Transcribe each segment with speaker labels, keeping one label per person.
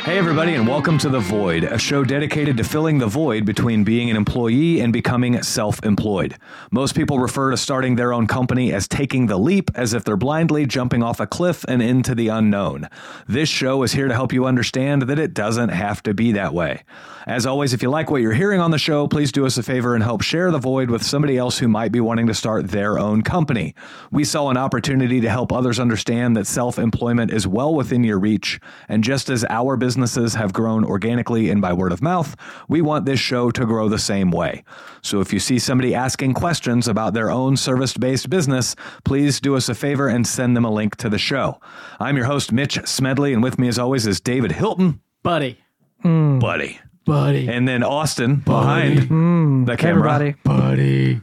Speaker 1: Hey, everybody, and welcome to The Void, a show dedicated to filling the void between being an employee and becoming self employed. Most people refer to starting their own company as taking the leap, as if they're blindly jumping off a cliff and into the unknown. This show is here to help you understand that it doesn't have to be that way. As always, if you like what you're hearing on the show, please do us a favor and help share The Void with somebody else who might be wanting to start their own company. We saw an opportunity to help others understand that self employment is well within your reach. And just as our businesses have grown organically and by word of mouth, we want this show to grow the same way. So if you see somebody asking questions about their own service based business, please do us a favor and send them a link to the show. I'm your host, Mitch Smedley, and with me, as always, is David Hilton,
Speaker 2: Buddy.
Speaker 1: buddy.
Speaker 2: Buddy.
Speaker 1: And then Austin behind the camera.
Speaker 3: Everybody,
Speaker 2: buddy.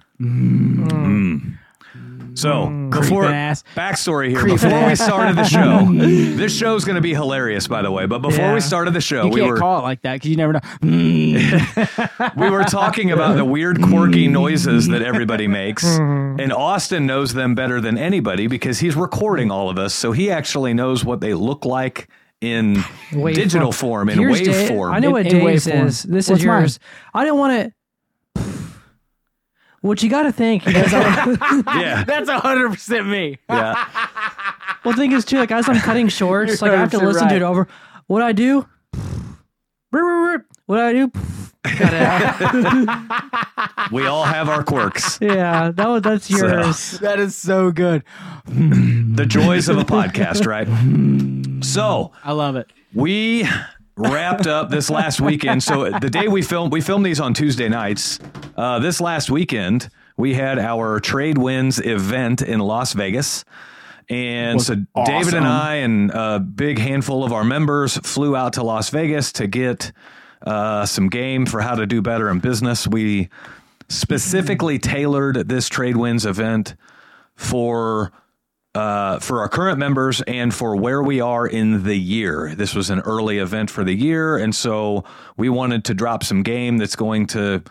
Speaker 1: So before
Speaker 2: Mm. Creeping ass.
Speaker 1: backstory here,
Speaker 2: Creeping
Speaker 1: before we
Speaker 2: ass.
Speaker 1: started the show, this show's going to be hilarious, by the way. But before
Speaker 3: Yeah.
Speaker 1: we started the show,
Speaker 2: You
Speaker 1: we
Speaker 2: can't
Speaker 1: were
Speaker 2: call it like that because you never know. Mm.
Speaker 1: we were talking about the weird, quirky noises that everybody makes, and Austin knows them better than anybody because he's recording all of us, so he actually knows what they look like in
Speaker 3: Wave
Speaker 1: digital form,
Speaker 3: form.
Speaker 1: in
Speaker 3: Here's
Speaker 1: wave
Speaker 3: Dave-
Speaker 1: form.
Speaker 3: I know
Speaker 2: In-
Speaker 3: what
Speaker 2: in
Speaker 3: Dave's
Speaker 2: waveform.
Speaker 3: is. This
Speaker 2: What's
Speaker 3: is yours. I didn't want to. What you got to think? is I-
Speaker 1: yeah,
Speaker 2: That's 100% me.
Speaker 1: yeah.
Speaker 3: well, the thing is too, like as I'm cutting shorts,
Speaker 2: You're
Speaker 3: like I have to listen to
Speaker 2: right.
Speaker 3: it over. What I do? What I do? Got it.
Speaker 1: We all have our quirks,
Speaker 3: yeah, that was that's yours.
Speaker 2: That is so good.
Speaker 1: the joys of a podcast, right? So
Speaker 2: I love it.
Speaker 1: We wrapped up this last weekend. So the day we filmed, we filmed these on Tuesday nights. Uh, this last weekend, we had our Trade Winds event in Las Vegas. And so David
Speaker 2: awesome.
Speaker 1: and I and a big handful of our members flew out to Las Vegas to get uh, some game for how to do better in business. We specifically tailored this Trade Winds event for uh, for our current members and for where we are in the year. This was an early event for the year, and so we wanted to drop some game that's going to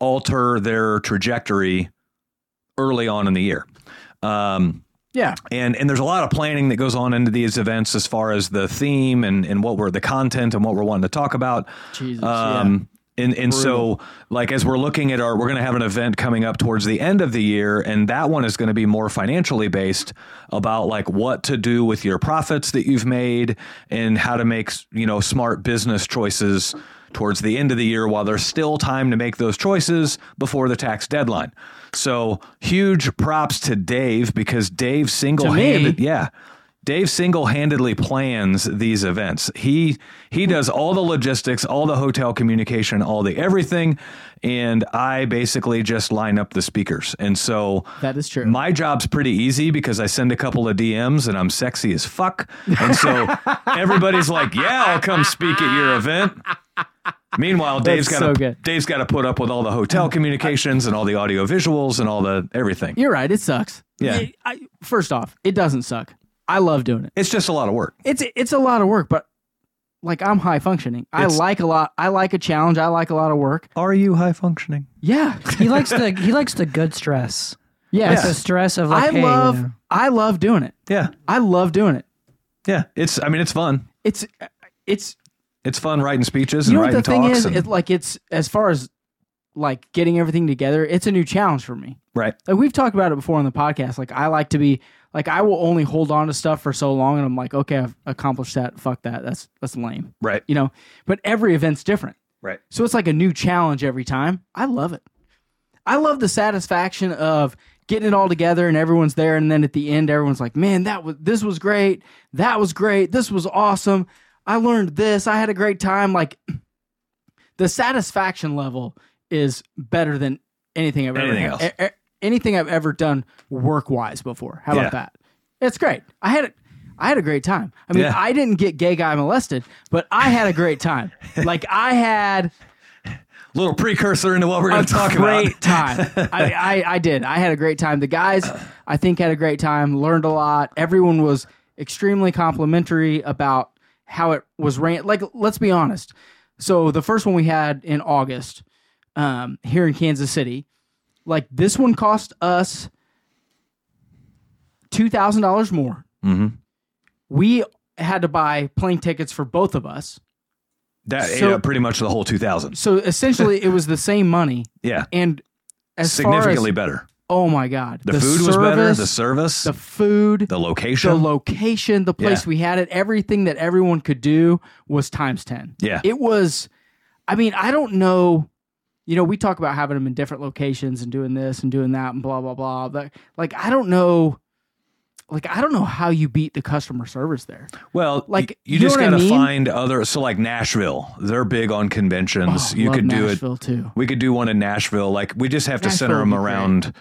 Speaker 1: alter their trajectory early on in the year. Um,
Speaker 2: Yeah.
Speaker 1: and and there's a lot of planning that goes on into these events as far as the theme and and what we're the content and what we're wanting to talk about.
Speaker 2: Jesus.
Speaker 1: Um, And, and so, like, as we're looking at our, we're going to have an event coming up towards the end of the year, and that one is going to be more financially based about like what to do with your profits that you've made and how to make, you know, smart business choices towards the end of the year while there's still time to make those choices before the tax deadline. So, huge props to Dave because Dave single handed, yeah. Dave single-handedly plans these events. He he does all the logistics, all the hotel communication, all the everything, and I basically just line up the speakers. And so
Speaker 2: That is true.
Speaker 1: My job's pretty easy because I send a couple of DMs and I'm sexy as fuck. And so everybody's like, "Yeah, I'll come speak at your event." Meanwhile, Dave's got
Speaker 2: so
Speaker 1: to
Speaker 2: good.
Speaker 1: Dave's got to put up with all the hotel communications and all the audio visuals and all the everything.
Speaker 2: You're right. It sucks.
Speaker 1: Yeah.
Speaker 2: It- I, first off, it doesn't suck. I love doing it.
Speaker 1: It's just a lot of work.
Speaker 2: It's it's a lot of work, but like I'm high functioning. I
Speaker 1: It's-
Speaker 2: like a lot. I like a challenge. I like a lot of work.
Speaker 1: Are you high functioning?
Speaker 2: Yeah.
Speaker 3: He likes the he likes the good stress. Like
Speaker 2: Yes.
Speaker 3: the stress of
Speaker 2: I
Speaker 3: like, hey, you
Speaker 2: love
Speaker 3: know.
Speaker 2: I love doing it.
Speaker 1: Yeah.
Speaker 2: I love doing it.
Speaker 1: Yeah, it's. I mean, it's fun.
Speaker 2: It's it's
Speaker 1: It's fun writing speeches and
Speaker 2: you know what
Speaker 1: writing
Speaker 2: the thing
Speaker 1: talks.
Speaker 2: is
Speaker 1: and-
Speaker 2: it, like it's as far as like getting everything together it's a new challenge for me
Speaker 1: right.
Speaker 2: like we've talked about it before on the podcast like i like to be like i will only hold on to stuff for so long and i'm like okay i've accomplished that fuck that that's that's lame
Speaker 1: Right.
Speaker 2: you know but every event's different
Speaker 1: Right.
Speaker 2: so it's like a new challenge every time i love it i love the satisfaction of getting it all together and everyone's there and then at the end everyone's like man that was this was great that was great this was awesome i learned this i had a great time like the satisfaction level is better than anything I've ever
Speaker 1: Anything
Speaker 2: had-
Speaker 1: else.
Speaker 2: e- e- anything I've ever done work wise before. How
Speaker 1: Yeah.
Speaker 2: about that? It's great. I had a, I had a great time. I mean,
Speaker 1: Yeah.
Speaker 2: I didn't get gay guy molested, but I had a great time. like I had
Speaker 1: Little precursor into what we're
Speaker 2: a
Speaker 1: going to talk
Speaker 2: great
Speaker 1: about.
Speaker 2: time. I, I I did. I had a great time. The guys I think had a great time. Learned a lot. Everyone was extremely complimentary about how it was ran. Like let's be honest. So the first one we had in August um, here in Kansas City, like this one cost us two thousand dollars more.
Speaker 1: Mhm.
Speaker 2: We had to buy plane tickets for both of us
Speaker 1: That ate
Speaker 2: So-
Speaker 1: up pretty much the whole 2000s.
Speaker 2: So essentially, it was the same money
Speaker 1: Yeah.
Speaker 2: and as
Speaker 1: Significantly
Speaker 2: Far as,
Speaker 1: better.
Speaker 2: oh my god,
Speaker 1: The, food was better, the
Speaker 2: service,
Speaker 1: service,
Speaker 2: the
Speaker 1: the,
Speaker 2: food,
Speaker 1: location.
Speaker 2: the location, the place
Speaker 1: Yeah.
Speaker 2: we had it, everything that everyone could do was times 10.
Speaker 1: Yeah.
Speaker 2: It was, I mean, I don't know. You know, we talk about having them in different locations and doing this and doing that and blah, blah, blah. But like, I don't know. Like, I don't know how you beat the customer service there.
Speaker 1: Well,
Speaker 2: Like,
Speaker 1: like you,
Speaker 2: you know
Speaker 1: just
Speaker 2: what I
Speaker 1: gotta
Speaker 2: mean?
Speaker 1: find other. So like Nashville, they're big on conventions.
Speaker 2: Oh,
Speaker 1: you
Speaker 2: love
Speaker 1: could do it.
Speaker 2: Nashville too.
Speaker 1: We could do one in Nashville. Like we just have to center them
Speaker 2: Nashville would be great.
Speaker 1: around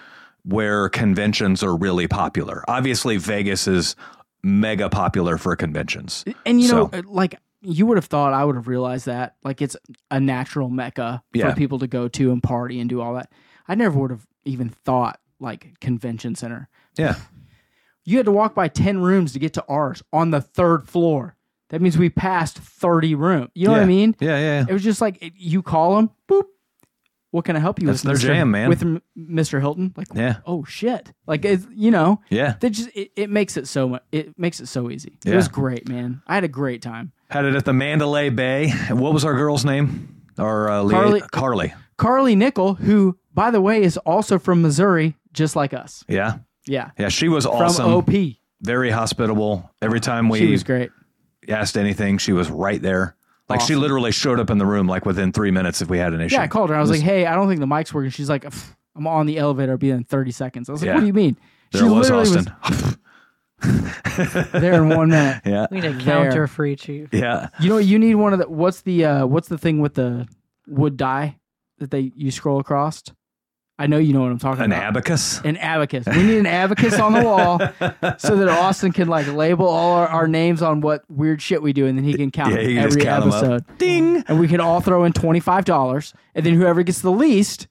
Speaker 1: where conventions are really popular. Obviously, Vegas is mega popular for conventions.
Speaker 2: And you know, uh,
Speaker 1: So-
Speaker 2: like you would have thought I would have realized that. Like it's a natural mecca
Speaker 1: Yeah.
Speaker 2: for people to go to and party and do all that. I never would have even thought like convention center.
Speaker 1: Yeah,
Speaker 2: You had to walk by 10 rooms to get to ours on the third floor. That means we passed 30 rooms. You know what I
Speaker 1: Yeah.
Speaker 2: mean?
Speaker 1: yeah, yeah.
Speaker 2: It was just like it- you call them, boop. What can I help you
Speaker 1: That's
Speaker 2: with?
Speaker 1: their jam, man.
Speaker 2: With M- Mr. Hilton. Like,
Speaker 1: Yeah,
Speaker 2: oh shit. Like, it's, you know,
Speaker 1: yeah.
Speaker 2: that just it, it makes it so much it makes it so easy it
Speaker 1: Yeah.
Speaker 2: was great man i had a great time
Speaker 1: Had it at the Mandalay Bay. What was our girl's name? Our uh,
Speaker 2: Carly-
Speaker 1: Carly. Carly.
Speaker 2: carly nickel who by the way is also from missouri just like us
Speaker 1: Yeah,
Speaker 2: yeah
Speaker 1: yeah. She was
Speaker 2: from
Speaker 1: awesome.
Speaker 2: op she
Speaker 1: Very hospitable. Every time we
Speaker 2: was great
Speaker 1: asked anything, she was right there. Like she
Speaker 2: Awesome.
Speaker 1: literally showed up in the room like within three minutes if we had an issue.
Speaker 2: yeah i called her i was like hey i don't think the mic's working she's like "Pff, i'm on the elevator I'll be in 30 seconds i was like
Speaker 1: Yeah.
Speaker 2: what do you mean
Speaker 1: there
Speaker 2: she
Speaker 1: was
Speaker 2: literally
Speaker 1: Austin.
Speaker 2: was there in one minute
Speaker 1: yeah,
Speaker 3: We need a
Speaker 2: There.
Speaker 3: counter for each of you.
Speaker 1: yeah.
Speaker 2: you know you need one of the what's the uh what's the thing with the wood die that they you scroll across i know you know what i'm talking
Speaker 1: An
Speaker 2: about
Speaker 1: abacus.
Speaker 2: an abacus. We need an abacus on the wall so that Austin can like label all our, our names on what weird shit we do, and then he can count
Speaker 1: Yeah, you can
Speaker 2: every
Speaker 1: just count 'em up.
Speaker 2: episode.
Speaker 1: Ding.
Speaker 2: And we can all throw in twenty five dollars, and then whoever gets the least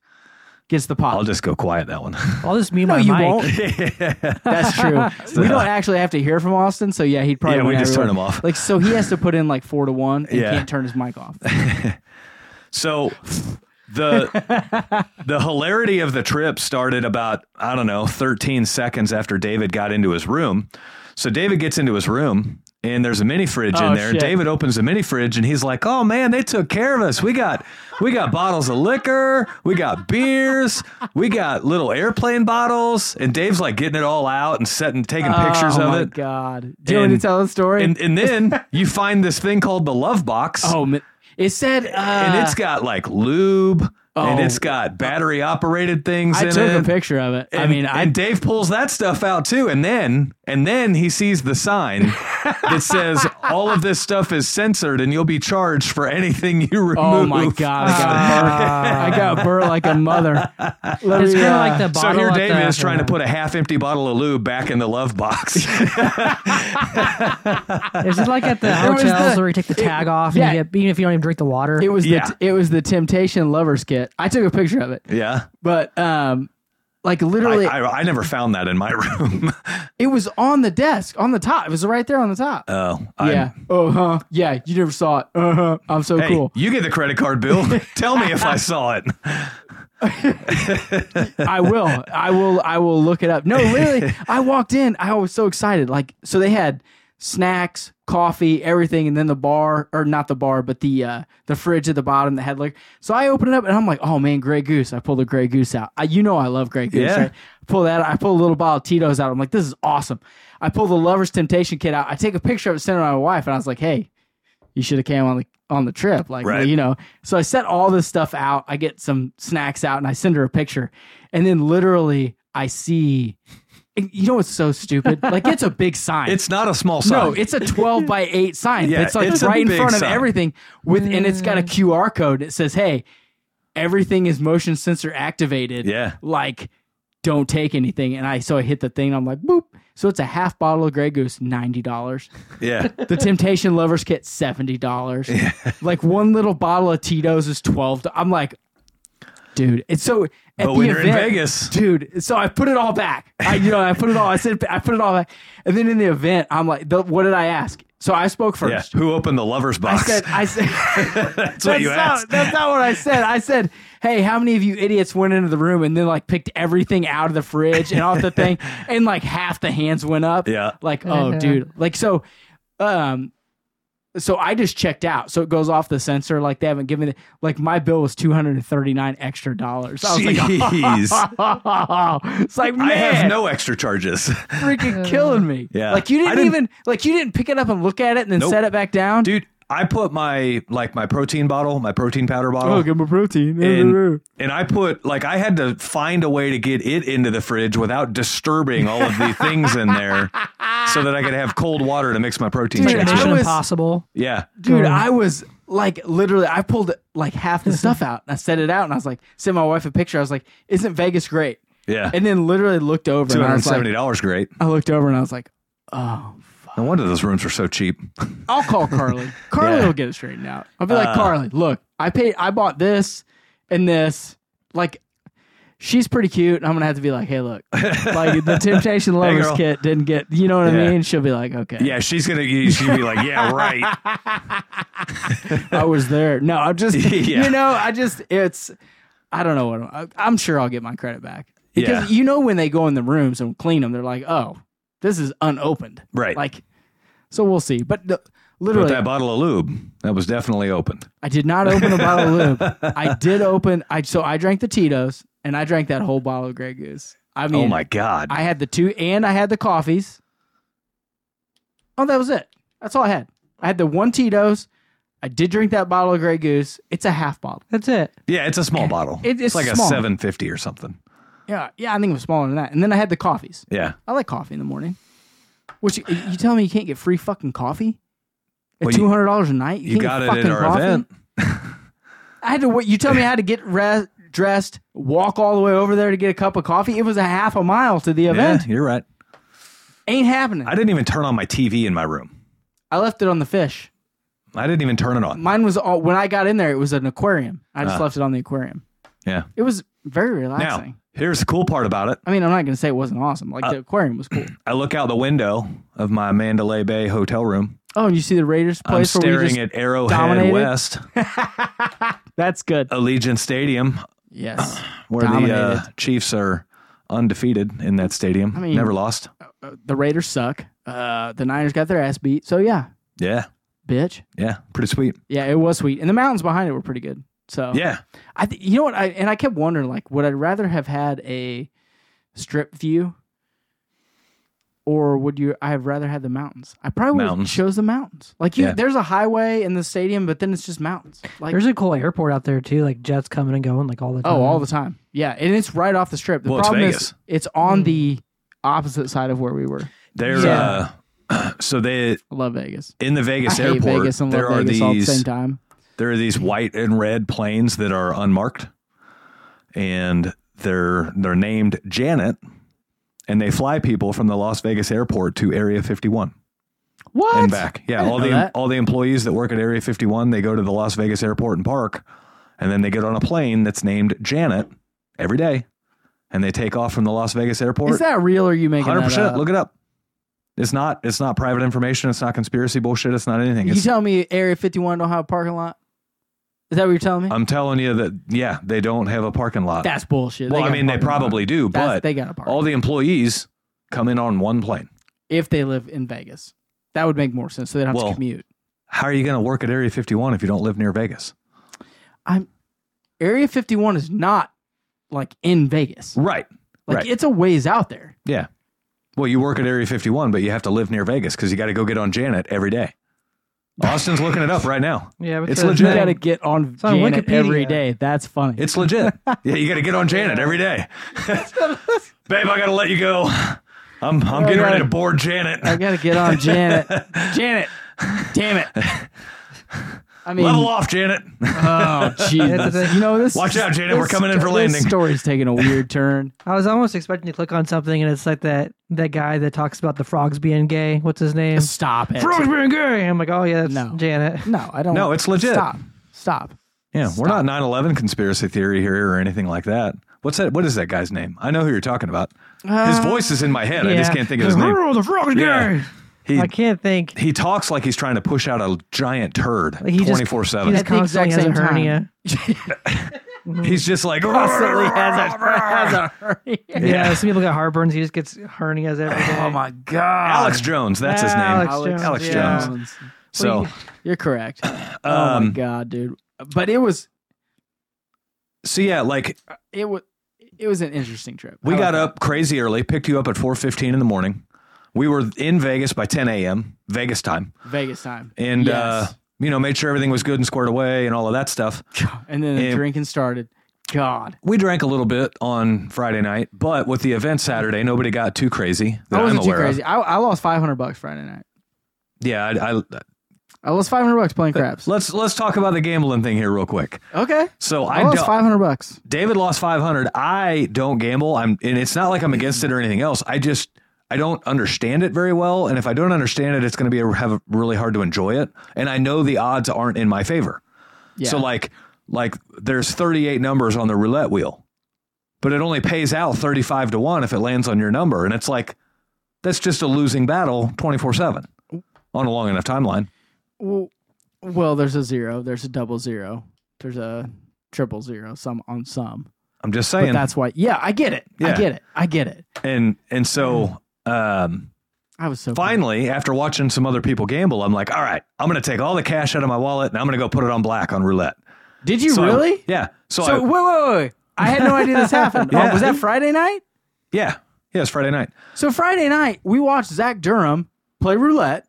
Speaker 2: gets the
Speaker 1: I'll
Speaker 2: pot.
Speaker 1: just go quiet that one.
Speaker 3: I'll just mute
Speaker 2: no,
Speaker 3: my
Speaker 2: you
Speaker 3: mic.
Speaker 2: won't. That's true. we don't actually have to hear from Austin, so yeah, he'd probably
Speaker 1: Yeah, we
Speaker 2: win
Speaker 1: just
Speaker 2: everyone.
Speaker 1: turn him off.
Speaker 2: Like so, he has to put in like four to one, and
Speaker 1: Yeah.
Speaker 2: can't turn his mic off.
Speaker 1: So the the hilarity of the trip started about I don't know 13 seconds after David got into his room. So David gets into his room and there's a mini fridge
Speaker 2: Oh,
Speaker 1: in there.
Speaker 2: shit.
Speaker 1: David opens the mini fridge and he's like, "Oh man, they took care of us. We got we got bottles of liquor, we got beers, we got little airplane bottles." And Dave's like getting it all out and setting taking pictures
Speaker 2: oh
Speaker 1: of
Speaker 2: my
Speaker 1: it.
Speaker 2: god! Do you want me to
Speaker 1: And-
Speaker 2: tell the story?
Speaker 1: And and then you find this thing called the love box
Speaker 2: oh, man. it said, uh,
Speaker 1: and it's got like lube and
Speaker 2: Oh.
Speaker 1: it's got battery operated things
Speaker 2: I
Speaker 1: in
Speaker 2: took
Speaker 1: it.
Speaker 2: a picture of it. I
Speaker 1: And-
Speaker 2: mean, I
Speaker 1: and Dave pulls that stuff out too, and then and then he sees the sign that says all of this stuff is censored, and you'll be charged for anything you remove.
Speaker 2: Oh my god, I got burnt. I got burnt like a mother. Let
Speaker 3: It's
Speaker 2: me,
Speaker 3: kind of
Speaker 2: uh,
Speaker 3: like the
Speaker 1: So
Speaker 3: bottle.
Speaker 1: here
Speaker 3: at
Speaker 1: Dave
Speaker 3: the-
Speaker 1: is trying to put a half-empty bottle of lube back in the love box.
Speaker 3: Is it like at the
Speaker 2: was
Speaker 3: hotels
Speaker 2: the-
Speaker 3: where you take the tag off
Speaker 2: yeah.
Speaker 3: and you get, even if you don't even drink the water?
Speaker 2: It was
Speaker 1: Yeah.
Speaker 2: the it was the Temptation lovers kit. I took a picture of it,
Speaker 1: yeah,
Speaker 2: but um, like
Speaker 1: I,
Speaker 2: literally,
Speaker 1: I, I never found that in my room.
Speaker 2: it was on the desk, on the top. It was right there on the top.
Speaker 1: Oh, I'm-
Speaker 2: yeah. Uh huh. Yeah. You never saw it. Uh huh. I'm so
Speaker 1: Uh-huh. Hey,
Speaker 2: cool.
Speaker 1: you get the credit card bill. Tell me if I saw it.
Speaker 2: I will. I will. I will look it up. No, literally, I walked in. I was so excited. Like, so they had snacks, coffee, everything, and then the bar, or not the bar, but the uh, the fridge at the bottom that had like. So I open it up and I'm like, oh man, Grey Goose. I pulled a Grey Goose out. I, you know, I love Grey Goose.
Speaker 1: Yeah.
Speaker 2: Right? Pull that. out. I pull a little bottle of Tito's out. I'm like, this is awesome. I pull the Lover's Temptation kit out. I take a picture of it, send it to my wife, and I was like, hey, you should have came on the on the trip like
Speaker 1: Right.
Speaker 2: you know so i set all this stuff out i get some snacks out and i send her a picture and then literally i see and you know what's so stupid like it's a big sign
Speaker 1: It's not a small sign.
Speaker 2: no it's a 12 by 8 sign
Speaker 1: Yeah,
Speaker 2: it's like
Speaker 1: it's a
Speaker 2: right in
Speaker 1: big
Speaker 2: front of
Speaker 1: sign.
Speaker 2: everything with and it's got a qr code that says hey everything is motion sensor activated
Speaker 1: Yeah.
Speaker 2: like don't take anything and i so i hit the thing and i'm like boop so it's a half bottle of gray goose $90
Speaker 1: Yeah.
Speaker 2: The Temptation Lovers Kit seventy dollars. Like one little bottle of Tito's is twelve. do- I'm like, dude. It's so.
Speaker 1: But
Speaker 2: At the
Speaker 1: when you're
Speaker 2: event,
Speaker 1: in Vegas.
Speaker 2: dude. So I put it all back. I, you know, I put it all. I said, I put it all back. And then in the event, I'm like, the, what did I ask? So I spoke
Speaker 1: Yeah.
Speaker 2: first.
Speaker 1: Who opened the lover's box?
Speaker 2: I said, I said.
Speaker 1: that's what you
Speaker 2: not,
Speaker 1: asked.
Speaker 2: That's not what I said. I said, "Hey, how many of you idiots went into the room and then like picked everything out of the fridge and off the thing, and like half the hands went up?
Speaker 1: Yeah.
Speaker 2: like oh,
Speaker 3: Mhm.
Speaker 2: dude, like so." Um, So I just checked out. So it goes off the sensor. Like they haven't given it. Like my bill was two hundred and thirty nine extra dollars. I was
Speaker 1: Jeez.
Speaker 2: like, it's like man,
Speaker 1: I have no extra charges.
Speaker 2: freaking killing me.
Speaker 1: Yeah.
Speaker 2: Like you
Speaker 1: I
Speaker 2: didn't,
Speaker 1: didn't-
Speaker 2: even like you didn't pick it up and look at it and then
Speaker 1: Nope.
Speaker 2: set it back down.
Speaker 1: Dude, I put my like my protein bottle, my protein powder bottle.
Speaker 2: oh, give me protein.
Speaker 1: and, and I put like I had to find a way to get it into the fridge without disturbing all of the things in there, so that I could have cold water to mix my protein
Speaker 3: Dude,
Speaker 1: shakes.
Speaker 2: I
Speaker 3: Mission
Speaker 2: was-
Speaker 3: Impossible.
Speaker 1: Yeah,
Speaker 2: Dude,
Speaker 3: Go.
Speaker 2: I was like literally I pulled like half the stuff out and I set it out and I was like sent my wife a picture. I was like, Isn't Vegas great?
Speaker 1: yeah.
Speaker 2: And then literally looked over
Speaker 1: Two
Speaker 2: and I
Speaker 1: hundred
Speaker 2: was
Speaker 1: seventy
Speaker 2: like
Speaker 1: dollars, great.
Speaker 2: I looked over and I was like, Oh fuck.
Speaker 1: No wonder those rooms were so cheap.
Speaker 2: I'll call Carly. Carly will get it straightened out. I'll be like,
Speaker 1: Uh,
Speaker 2: Carly, look, I paid I bought this and this. Like she's pretty cute. And I'm gonna have to be like, hey look, like the temptation lovers
Speaker 1: girl.
Speaker 2: kit didn't get you know what I
Speaker 1: Yeah.
Speaker 2: mean? She'll be like, Okay.
Speaker 1: Yeah, she's gonna she's gonna be like, yeah, right.
Speaker 2: I was there. No, I'm just,
Speaker 1: Yeah.
Speaker 2: you know, I just, it's, I don't know what I'm, I'm sure I'll get my credit back. Because
Speaker 1: Yeah.
Speaker 2: you know, when they go in the rooms and clean them, they're like, oh, this is unopened.
Speaker 1: Right.
Speaker 2: Like, so we'll see. But the,
Speaker 1: But
Speaker 2: literally,
Speaker 1: that bottle of lube that was definitely opened.
Speaker 2: I did not open a bottle of lube. I did open, I so I drank the Tito's and I drank that whole bottle of Grey Goose. I mean,
Speaker 1: oh my god.
Speaker 2: I had the two and I had the coffees. Oh, that was it. That's all I had. I had the one Tito's. I did drink that bottle of Grey Goose. It's a half bottle.
Speaker 3: That's it.
Speaker 1: yeah, it's a small bottle.
Speaker 2: It- it's
Speaker 1: like
Speaker 2: small.
Speaker 1: a seven fifty or something.
Speaker 2: Yeah, yeah, I think it was smaller than that. And then I had the coffees.
Speaker 1: Yeah.
Speaker 2: I like coffee in the morning. Which you, you tell me you can't get free fucking coffee at
Speaker 1: Well, you-
Speaker 2: two hundred dollars a night?
Speaker 1: You
Speaker 2: can't get
Speaker 1: got it at
Speaker 2: fucking
Speaker 1: our
Speaker 2: coffee?
Speaker 1: event.
Speaker 2: I had to. wa- You tell me I had to get re- dressed, walk all the way over there to get a cup of coffee. It was a half a mile to the
Speaker 1: Yeah,
Speaker 2: event.
Speaker 1: you're right.
Speaker 2: Ain't happening.
Speaker 1: I
Speaker 2: I,
Speaker 1: didn't even turn on my TV in my room.
Speaker 2: left it on the fish.
Speaker 1: I didn't even turn it on.
Speaker 2: Mine was all, when I got in there. It was an aquarium. I just
Speaker 1: Ah.
Speaker 2: left it on the aquarium.
Speaker 1: Yeah.
Speaker 2: It was very
Speaker 1: Now,
Speaker 2: relaxing.
Speaker 1: here's the cool part about it.
Speaker 2: I mean, I'm not gonna say it wasn't awesome.
Speaker 1: Uh.
Speaker 2: Like the aquarium was cool.
Speaker 1: I look out the window of my Mandalay Bay hotel room.
Speaker 2: Oh, and you see the Raiders
Speaker 1: I'm
Speaker 2: place where
Speaker 1: staring
Speaker 2: we
Speaker 1: at
Speaker 2: just,
Speaker 1: Arrowhead
Speaker 2: dominated?
Speaker 1: West,
Speaker 2: That's
Speaker 1: Uh.
Speaker 2: good.
Speaker 1: Allegiant Stadium,
Speaker 2: Yes.
Speaker 1: where the uh,
Speaker 2: Dominated.
Speaker 1: Chiefs are undefeated in that stadium.
Speaker 2: mean-
Speaker 1: Never lost.
Speaker 2: Uh, the Raiders suck. Uh, the Niners got their ass beat. So yeah,
Speaker 1: Yeah.
Speaker 2: bitch.
Speaker 1: Yeah. Pretty sweet.
Speaker 2: Yeah, it was sweet, and the mountains behind it were pretty good. So
Speaker 1: Yeah.
Speaker 2: I th- you know what I and I kept wondering like, would I rather have had a strip view, or would you? I have rather had the mountains. I probably would have
Speaker 1: Mountains.
Speaker 2: chose the mountains. Like you,
Speaker 1: Yeah.
Speaker 2: there's a highway in the stadium, but then it's just mountains. Like
Speaker 3: There's a cool airport out there too, like jets coming and going, like all the time.
Speaker 2: oh, all the time. Yeah, and it's right off the strip. The
Speaker 1: Well, it's
Speaker 2: problem is
Speaker 1: Vegas.
Speaker 2: it's on the opposite side of where we were.
Speaker 1: They're,
Speaker 3: Yeah.
Speaker 1: uh, so they,
Speaker 2: I love Vegas.
Speaker 1: in the Vegas
Speaker 2: I hate
Speaker 1: airport,
Speaker 2: Vegas and
Speaker 1: there
Speaker 2: love
Speaker 1: are
Speaker 2: Vegas all at the
Speaker 1: these,
Speaker 2: same time.
Speaker 1: there are these white and red planes that are unmarked and they're, they're named Janet and they fly people from the Las Vegas airport to Area 51.
Speaker 2: What?
Speaker 1: and back.
Speaker 2: I
Speaker 1: Yeah,
Speaker 2: didn't
Speaker 1: all
Speaker 2: know
Speaker 1: the
Speaker 2: that.
Speaker 1: all the employees that work at Area 51, they go to the Las Vegas airport and park, and then they get on a plane that's named Janet every day, and they take off from the Las Vegas airport.
Speaker 2: Is that real or are you making
Speaker 1: Hundred
Speaker 2: 100%, that
Speaker 1: percent.
Speaker 2: up?
Speaker 1: Look it up. It's not. It's not private information. It's not conspiracy bullshit. It's not anything.
Speaker 2: you
Speaker 1: It's,
Speaker 2: tell me Area 51 don't have a parking lot? Is that what you're telling me?
Speaker 1: I'm telling you that. Yeah, they don't have a parking lot.
Speaker 2: That's bullshit.
Speaker 1: well,
Speaker 2: got
Speaker 1: I
Speaker 2: a
Speaker 1: mean, they
Speaker 2: parking lot.
Speaker 1: probably do,
Speaker 2: That's-
Speaker 1: but
Speaker 2: they got a parking
Speaker 1: all the employees come in on one plane.
Speaker 2: if they live in Vegas. That would make more sense. So they don't have
Speaker 1: Well-
Speaker 2: to commute.
Speaker 1: How are you going to work at Area 51 if you don't live near Vegas?
Speaker 2: I'm Area 51 is not like in Vegas.
Speaker 1: Right.
Speaker 2: Like
Speaker 1: right.
Speaker 2: it's a ways out there.
Speaker 1: Yeah. Well, you work at Area 51, but you have to live near Vegas because you got to go get on Janet every day. Austin's looking it up right now.
Speaker 3: Yeah, but
Speaker 1: It's
Speaker 3: the-
Speaker 1: legit.
Speaker 2: You got to get on,
Speaker 3: on
Speaker 2: Janet
Speaker 3: Wikipedia.
Speaker 2: every day. That's funny.
Speaker 1: It's legit. yeah, you got to get on Janet every day. Babe, I got to let you go. I'm I'm getting ready to board Janet.
Speaker 2: I got to get on Janet. Janet. Damn it. I mean,
Speaker 1: Level off, Janet.
Speaker 2: oh Jesus! You know this.
Speaker 1: Watch out, Janet, we're
Speaker 2: this-
Speaker 1: coming in for
Speaker 2: this
Speaker 1: landing.
Speaker 2: story's taking a weird turn.
Speaker 3: I was almost expecting to click on something, and it's like that that guy that talks about the frogs being gay. What's his name?
Speaker 2: Stop it.
Speaker 3: Frogs being gay. I'm like, oh yeah, that's
Speaker 2: No.
Speaker 3: Janet.
Speaker 2: No, I don't.
Speaker 1: No, it's legit.
Speaker 2: Stop. Stop.
Speaker 1: Yeah, we're
Speaker 2: Stop.
Speaker 1: not 9/11 conspiracy theory here or anything like that. What's that? What is that guy's name? I know who you're talking about. his voice is in my head. I just
Speaker 3: yeah.
Speaker 1: can't think of his name.
Speaker 3: Oh, the frog's
Speaker 1: Yeah.
Speaker 3: gay.
Speaker 1: He
Speaker 3: I can't think.
Speaker 1: he talks like he's trying to push out a giant turd
Speaker 3: he just-
Speaker 1: 24
Speaker 3: He
Speaker 1: 7.
Speaker 3: just
Speaker 2: At the exact
Speaker 3: constantly has a
Speaker 2: same time.
Speaker 3: hernia.
Speaker 1: He's just like,
Speaker 2: Constantly has a, has a
Speaker 3: Yeah, some people got heartburns. He just gets hernias every day.
Speaker 2: Oh my god.
Speaker 1: Alex Jones, that's his name.
Speaker 3: Alex
Speaker 1: Alex
Speaker 3: Jones,
Speaker 1: Jones.
Speaker 3: yeah.
Speaker 1: So um,
Speaker 2: You're correct. oh my god, dude! But it was
Speaker 1: so yeah, like
Speaker 2: it was it was an interesting trip.
Speaker 1: we
Speaker 2: I
Speaker 1: got
Speaker 2: like
Speaker 1: up crazy early, picked you up at four fifteen in the morning. We were in Vegas by ten a.m. Vegas time,
Speaker 2: that. Vegas time,
Speaker 1: and uh,
Speaker 2: Yes.
Speaker 1: you know made sure everything was good and squared away and all of that stuff.
Speaker 2: and then the
Speaker 1: and-
Speaker 2: drinking started. God,
Speaker 1: We drank a little bit on Friday night, but with the event Saturday, nobody got too crazy that
Speaker 2: I
Speaker 1: I'm
Speaker 2: wasn't too
Speaker 1: aware
Speaker 2: crazy.
Speaker 1: of.
Speaker 2: I, I lost five hundred bucks Friday night.
Speaker 1: Yeah, I, I,
Speaker 2: I lost five hundred bucks playing craps.
Speaker 1: let's let's talk about the gambling thing here real quick.
Speaker 2: Okay,
Speaker 1: So
Speaker 2: I,
Speaker 1: I,
Speaker 2: lost
Speaker 1: don't-
Speaker 2: five hundred bucks.
Speaker 1: David lost 500. I don't gamble. I'm, and it's not like I'm against it or anything else. I just, I don't understand it very well. And if I don't understand it, it's going to be a, have a- really hard to enjoy it. And I know the odds aren't in my favor.
Speaker 2: Yeah.
Speaker 1: So like, like there's 38 numbers on the roulette wheel, but it only pays out 35 to one if it lands on your number. And it's like, that's just a losing battle 24 seven on a long enough timeline.
Speaker 2: Well, well, there's a zero. There's a double zero. There's a triple zero. Some on some.
Speaker 1: I'm just
Speaker 2: But
Speaker 1: saying.
Speaker 2: that's why. Yeah, I get it. I
Speaker 1: Yeah.
Speaker 2: get it. I get it.
Speaker 1: And, and so, um,
Speaker 2: I was so
Speaker 1: finally, after watching some other people gamble, I'm like, all right, I'm going to take all the cash out of my wallet and I'm going to go put it on black on roulette.
Speaker 2: Did you
Speaker 1: So I-
Speaker 2: really?
Speaker 1: yeah. So,
Speaker 2: So
Speaker 1: I,
Speaker 2: wait, wait, wait, wait. I had no idea this happened.
Speaker 1: Yeah.
Speaker 2: oh, was that Friday night?
Speaker 1: yeah, yeah, it's Friday night.
Speaker 2: So Friday night, we watched Zach Durham play roulette.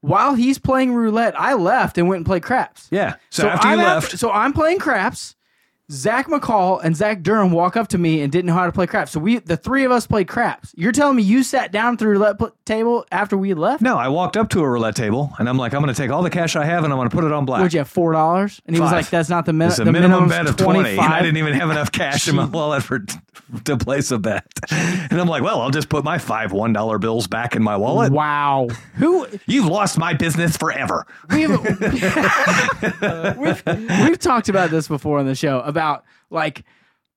Speaker 2: While he's playing roulette, I left and went and played craps.
Speaker 1: Yeah. So, after
Speaker 2: I'm
Speaker 1: you
Speaker 2: af-
Speaker 1: left,
Speaker 2: so I'm playing craps. Zach McCall and Zach Durham walk up to me and didn't know how to play craps. So we, the three of us, played craps. You're telling me you sat down through roulette pl- table after we had left?
Speaker 1: no, I walked up to a roulette table and I'm like, I'm going to take all the cash I have and I'm going to put it on black.
Speaker 2: Would you have four dollars? And he was
Speaker 1: Five.
Speaker 2: like, "That's not the, min-
Speaker 1: it's
Speaker 2: the
Speaker 1: a minimum
Speaker 2: minimum's
Speaker 1: bet of 20. And I
Speaker 2: 25."
Speaker 1: didn't even have enough cash in my wallet for to place a bet. And I'm like, well, I'll just put my five $1 bills back in my wallet.
Speaker 2: Wow. Who
Speaker 1: You've lost my business forever.
Speaker 2: we've, we've we've talked about this before on the show about like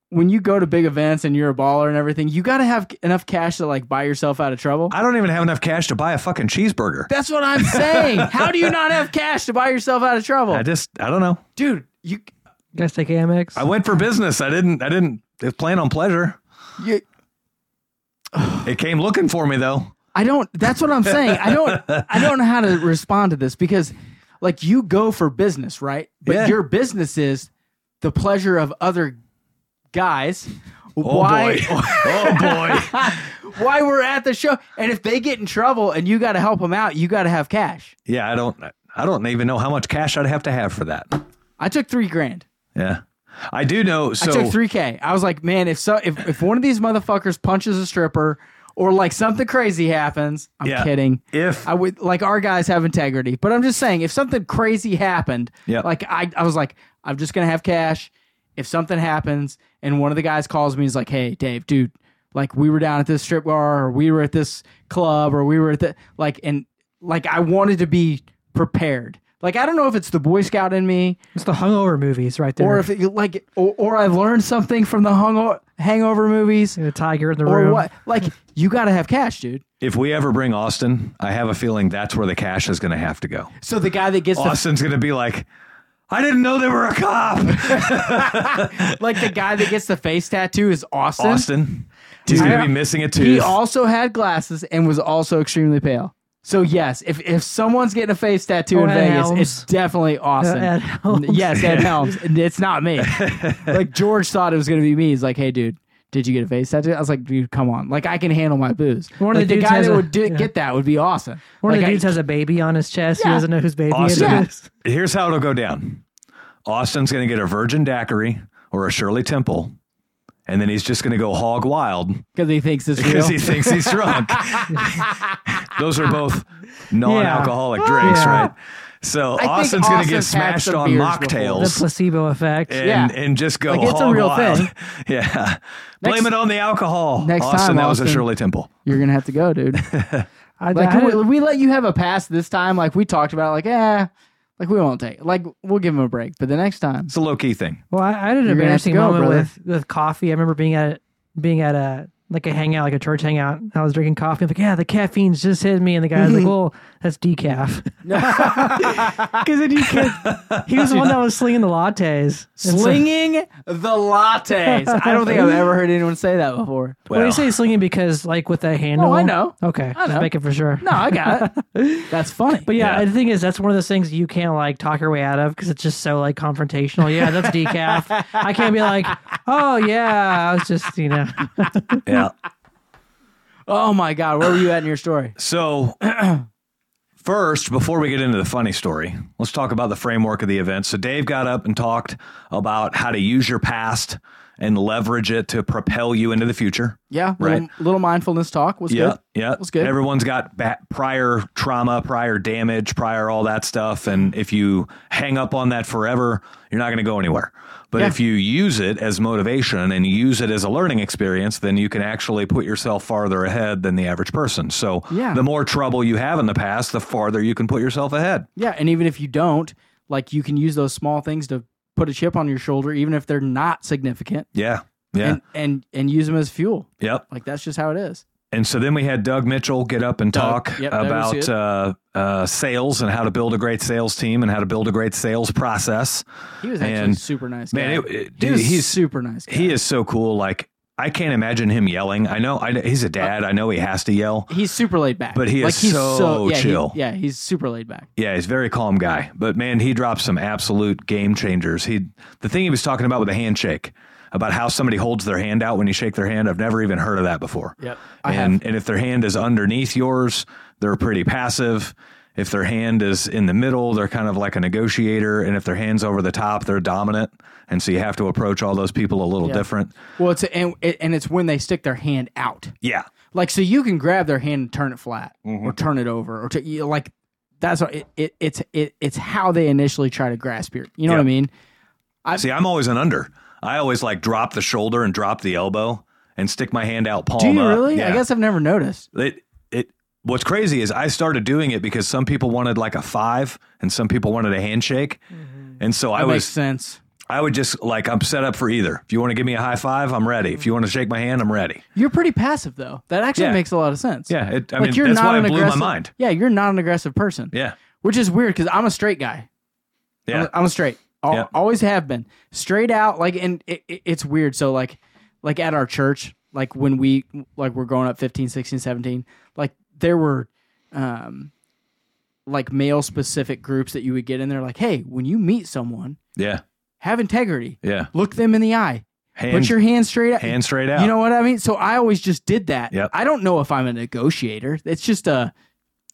Speaker 2: when you go to big events and you're a baller and everything, you got to have enough cash to like buy yourself out of trouble.
Speaker 1: I don't even have enough cash to buy a fucking cheeseburger.
Speaker 2: That's what I'm saying. How do you not have cash to buy yourself out of trouble,
Speaker 1: I just, I don't know.
Speaker 2: dude? You
Speaker 3: Guys, take Amex.
Speaker 1: I went for business. I didn't. I didn't plan on pleasure.
Speaker 2: you
Speaker 1: It came looking for me though.
Speaker 2: I don't. That's what I'm saying. I don't. I don't know how to respond to this because, like, you go for business, right? But
Speaker 1: Yeah.
Speaker 2: your business is the pleasure of other guys. Why?
Speaker 1: Oh, boy! oh boy!
Speaker 2: why we're at the show. And if they get in trouble and you got to help them out, you got to have cash.
Speaker 1: Yeah, I don't. I don't even know how much cash I'd have to have for that.
Speaker 2: I took three grand.
Speaker 1: Yeah, I do know. So
Speaker 2: I took three k. I was like, man, if so, if, if one of these motherfuckers punches a stripper or like something crazy happens, I'm
Speaker 1: Yeah.
Speaker 2: kidding.
Speaker 1: if
Speaker 2: I would like our guys have integrity, but I'm just saying if something crazy happened,
Speaker 1: Yeah.
Speaker 2: like I, I was like, I'm just gonna have cash. If something happens and one of the guys calls me, he's like, Hey, Dave, dude, like we were down at this strip bar or we were at this club or we were at the like and like I wanted to be prepared. Like I don't know if it's the Boy Scout in me
Speaker 3: it's the hungover movies right there.
Speaker 2: or if it, like or, or I learned something from the hungo- hangover movies
Speaker 3: the tiger in the room.
Speaker 2: or what. Like you gotta have cash, dude.
Speaker 1: if we ever bring Austin, I have a feeling that's where the cash is going to have to go.
Speaker 2: So the guy that gets the
Speaker 1: Austin's going to be like, "I didn't know they were a cop."
Speaker 2: like the guy that gets the face tattoo is Austin.
Speaker 1: Austin, he's going to be missing a tooth.
Speaker 2: He also had glasses and was also extremely pale. So yes, if if someone's getting a face tattoo
Speaker 3: Or
Speaker 2: in
Speaker 3: Ed
Speaker 2: Vegas,
Speaker 3: Helms. Uh,
Speaker 2: it's definitely Austin.
Speaker 3: Ed Helms.
Speaker 2: Yes, Ed Helms. And It's not me. like George thought it was gonna be me. He's like, "Hey, dude, did you get a face tattoo?" I was like, "Dude, come on. Like I can handle my booze."
Speaker 3: One of
Speaker 2: like,
Speaker 3: the dudes
Speaker 2: guy
Speaker 3: has
Speaker 2: that
Speaker 3: a-
Speaker 2: would do,
Speaker 3: yeah.
Speaker 2: get that would be awesome.
Speaker 3: One of
Speaker 2: Like,
Speaker 3: the
Speaker 2: I-
Speaker 3: dudes has a baby on his chest.
Speaker 2: Yeah.
Speaker 3: He doesn't know whose baby
Speaker 1: Awesome.
Speaker 3: it
Speaker 2: Yeah.
Speaker 3: is.
Speaker 1: Here's how it'll go down. Austin's going to get a Virgin Daiquiri or a Shirley Temple, and then he's just going to go hog wild
Speaker 2: because he thinks it's real.
Speaker 1: because he thinks he's drunk. Those are both non-alcoholic drinks,
Speaker 3: Yeah.
Speaker 1: right? So
Speaker 2: think
Speaker 1: Austin's going to get
Speaker 2: Austin's had
Speaker 1: smashed
Speaker 2: some
Speaker 1: on
Speaker 2: beers
Speaker 3: The
Speaker 1: mocktails
Speaker 3: placebo effect.
Speaker 1: and,
Speaker 2: Yeah.
Speaker 1: and just go
Speaker 2: Like, it's a
Speaker 1: hog
Speaker 2: real
Speaker 1: wild.
Speaker 2: thing.
Speaker 1: yeah, blame it on the alcohol.
Speaker 2: next
Speaker 1: Austin,
Speaker 2: time,
Speaker 1: that was a
Speaker 2: Austin.
Speaker 1: Shirley Temple.
Speaker 2: You're gonna have to go, dude.
Speaker 3: I,
Speaker 2: Like
Speaker 3: I,
Speaker 2: we, we let you have a pass this time. Like we talked about, it, like eh, like we won't take. Like we'll give him a break, but the next time,
Speaker 1: It's a low key thing.
Speaker 3: well, I, I had an
Speaker 2: You're gonna have to
Speaker 3: embarrassing
Speaker 2: go,
Speaker 3: moment
Speaker 2: brother.
Speaker 3: with, with coffee. I remember being at being at a like a hangout, like a church hangout. I was drinking coffee. I'm like, yeah, the caffeine's just hitting me. And the guy's like, well, that's decaf. Because then you could, he was the one that was slinging the lattes. And so-
Speaker 2: Slinging the lattes. I don't think I've ever heard anyone say that before.
Speaker 3: Well, you say slinging because, like, with that handle.
Speaker 2: Oh, I know.
Speaker 3: Okay,
Speaker 2: I know.
Speaker 3: just make it for sure.
Speaker 2: No, I got it. That's funny.
Speaker 3: But yeah,
Speaker 1: Yeah.
Speaker 3: the thing is, that's one of those things you can't like talk your way out of because it's just so like confrontational. Yeah, that's decaf. I can't be like, oh yeah, I was just you know,
Speaker 1: yeah.
Speaker 2: oh my god, where were you at in your story?
Speaker 1: So, first, before we get into the funny story, let's talk about the framework of the event. So, Dave got up and talked about how to use your past and leverage it to propel you into the future.
Speaker 2: Yeah,
Speaker 1: Right.
Speaker 2: Little, little mindfulness talk was
Speaker 1: Yeah,
Speaker 2: good.
Speaker 1: yeah,
Speaker 2: was good.
Speaker 1: Everyone's got ba- prior trauma, prior damage, prior all that stuff, and if you hang up on that forever, you're not going to go anywhere. But
Speaker 2: Yeah.
Speaker 1: if you use it as motivation and you use it as a learning experience, then you can actually put yourself farther ahead than the average person. So
Speaker 2: Yeah.
Speaker 1: the more trouble you have in the past, the farther you can put yourself ahead.
Speaker 2: Yeah, and even if you don't, like you can use those small things to put a chip on your shoulder, even if they're not significant,
Speaker 1: Yeah. Yeah.
Speaker 2: and and and use them as fuel.
Speaker 1: yep.
Speaker 2: Like that's just how it is.
Speaker 1: And so then we had Doug Mitchell get up and
Speaker 2: Doug.
Speaker 1: talk
Speaker 2: Yep, Doug was
Speaker 1: about
Speaker 2: good.
Speaker 1: uh, uh, sales and how to build a great sales team and how to build a great sales process.
Speaker 2: He was actually a
Speaker 1: And,
Speaker 2: super nice guy.
Speaker 1: Man, it, it-
Speaker 2: he
Speaker 1: dude,
Speaker 2: was
Speaker 1: he's
Speaker 2: super nice. Guy.
Speaker 1: He is so cool. Like I can't imagine him yelling. I know. I know he's a dad. I know he has to yell.
Speaker 2: He's super laid back,
Speaker 1: But he is
Speaker 2: like, he's
Speaker 1: so
Speaker 2: yeah, he-
Speaker 1: chill.
Speaker 2: yeah, he's super laid back.
Speaker 1: Yeah, he's a very calm guy. But man, he drops some absolute game changers. He the thing he was talking about with the handshake about how somebody holds their hand out when you shake their hand. I've never even heard of that before.
Speaker 2: Yep, I
Speaker 1: And and if their hand is underneath yours, they're pretty passive. If their hand is in the middle, they're kind of like a negotiator. And if their hand's over the top, they're dominant. And so you have to approach all those people a little different.
Speaker 2: Well, it's and it, and it's when they stick their hand out.
Speaker 1: Yeah.
Speaker 2: like so you can grab their hand and turn it flat
Speaker 1: Mm-hmm.
Speaker 2: or turn it over or t- you know, like that's what it, it it's it, it's how they initially try to grasp your you know what i
Speaker 1: Yeah.
Speaker 2: mean
Speaker 1: See, I'm always an under. I always like drop the shoulder and drop the elbow and stick my hand out palm
Speaker 2: do you
Speaker 1: up.
Speaker 2: really i
Speaker 1: Yeah.
Speaker 2: guess i've never noticed
Speaker 1: it it what's crazy is I started doing it because some people wanted like a 5 and some people wanted a handshake. And so I
Speaker 2: Mm-hmm. that
Speaker 1: was
Speaker 2: makes sense
Speaker 1: I would just like I'm set up for either. If you want to give me a high five, I'm ready. If you want to shake my hand, I'm ready.
Speaker 2: you're pretty passive though that actually
Speaker 1: Yeah.
Speaker 2: makes a lot of sense
Speaker 1: Yeah, it, I
Speaker 2: like
Speaker 1: mean
Speaker 2: you're
Speaker 1: that's
Speaker 2: not
Speaker 1: why
Speaker 2: an
Speaker 1: it blew my
Speaker 2: aggressive
Speaker 1: mind.
Speaker 2: yeah you're not an aggressive person
Speaker 1: Yeah.
Speaker 2: which is weird because i'm a straight guy
Speaker 1: Yeah.
Speaker 2: I'm, a- I'm a straight. Al-
Speaker 1: Yeah.
Speaker 2: Always have been straight out. Like, and it, it- it's weird. So like, like at our church, like when we like we're growing up 15, 16, 17, like there were, um, like male specific groups that you would get in there. Like, Hey, when you meet someone,
Speaker 1: yeah.
Speaker 2: have integrity,
Speaker 1: Yeah.
Speaker 2: look them in the eye,
Speaker 1: Hand
Speaker 2: put your hand straight out.
Speaker 1: hand straight out.
Speaker 2: You know what I mean? So I always just did that.
Speaker 1: Yep.
Speaker 2: I don't know if I'm a negotiator. It's just a,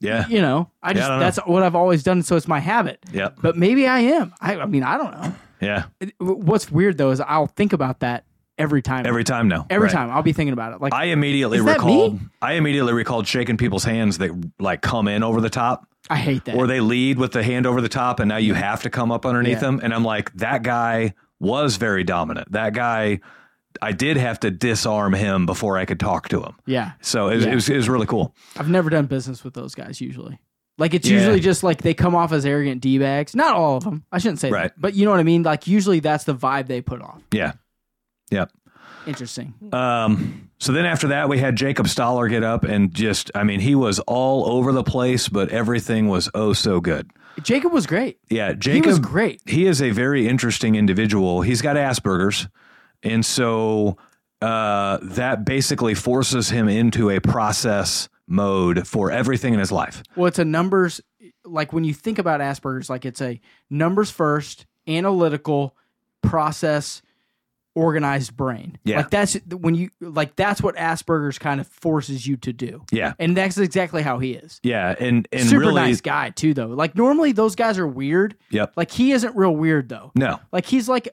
Speaker 1: yeah.
Speaker 2: you know, I
Speaker 1: Yeah,
Speaker 2: just,
Speaker 1: I don't know.
Speaker 2: that's what I've always done. So it's my habit.
Speaker 1: Yep.
Speaker 2: But maybe I am. I, I mean, I don't know.
Speaker 1: Yeah.
Speaker 2: It- What's weird though is I'll think about that every time.
Speaker 1: Every time now.
Speaker 2: Every
Speaker 1: Right.
Speaker 2: time I'll be thinking about it. Like
Speaker 1: I immediately
Speaker 2: Is that
Speaker 1: recalled.
Speaker 2: me?
Speaker 1: I immediately recalled shaking people's hands that like come in over the top,
Speaker 2: I hate that.
Speaker 1: or they lead with the hand over the top, and now you have to come up underneath
Speaker 2: Yeah.
Speaker 1: them. And I'm like, that guy was very dominant. That guy, I did have to disarm him before I could talk to him.
Speaker 2: yeah,
Speaker 1: So it, was-
Speaker 2: Yeah.
Speaker 1: it, was, it was really cool.
Speaker 2: I've never done business with those guys usually. Like it's
Speaker 1: Yeah.
Speaker 2: usually just like they come off as arrogant d bags. Not all of them. I shouldn't say
Speaker 1: Right.
Speaker 2: that, but you know what I mean. Like usually that's the vibe they put off.
Speaker 1: Yeah. Yeah.
Speaker 2: Interesting.
Speaker 1: Um, so then after that, we had Jacob Stoller get up and just, I mean, he was all over the place, but everything was oh so good.
Speaker 2: Jacob was great.
Speaker 1: Yeah. Jacob
Speaker 2: he was great.
Speaker 1: he is a very interesting individual. He's got Asperger's, and so uh, that basically forces him into a process mode for everything in his life.
Speaker 2: Well, it's a numbers. Like when you think about Asperger's, like it's a numbers first, analytical, process, organized brain.
Speaker 1: Yeah.
Speaker 2: Like that's when you like that's what Asperger's kind of forces you to do,
Speaker 1: Yeah,
Speaker 2: and that's exactly how he is.
Speaker 1: yeah, and and
Speaker 2: Super
Speaker 1: really,
Speaker 2: nice guy too, though. Like normally those guys are weird.
Speaker 1: Yep.
Speaker 2: Like he isn't real weird though.
Speaker 1: no,
Speaker 2: Like he's like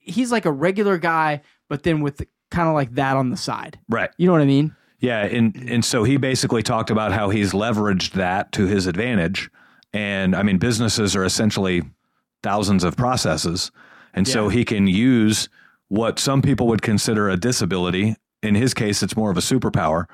Speaker 2: he's like a regular guy, but then with kind of like that on the side.
Speaker 1: right,
Speaker 2: You know what I mean?
Speaker 1: yeah, and and so he basically talked about how he's leveraged that to his advantage, and I mean, businesses are essentially thousands of processes, and so he can use what some people would consider a disability. In his case, it's more of a superpower,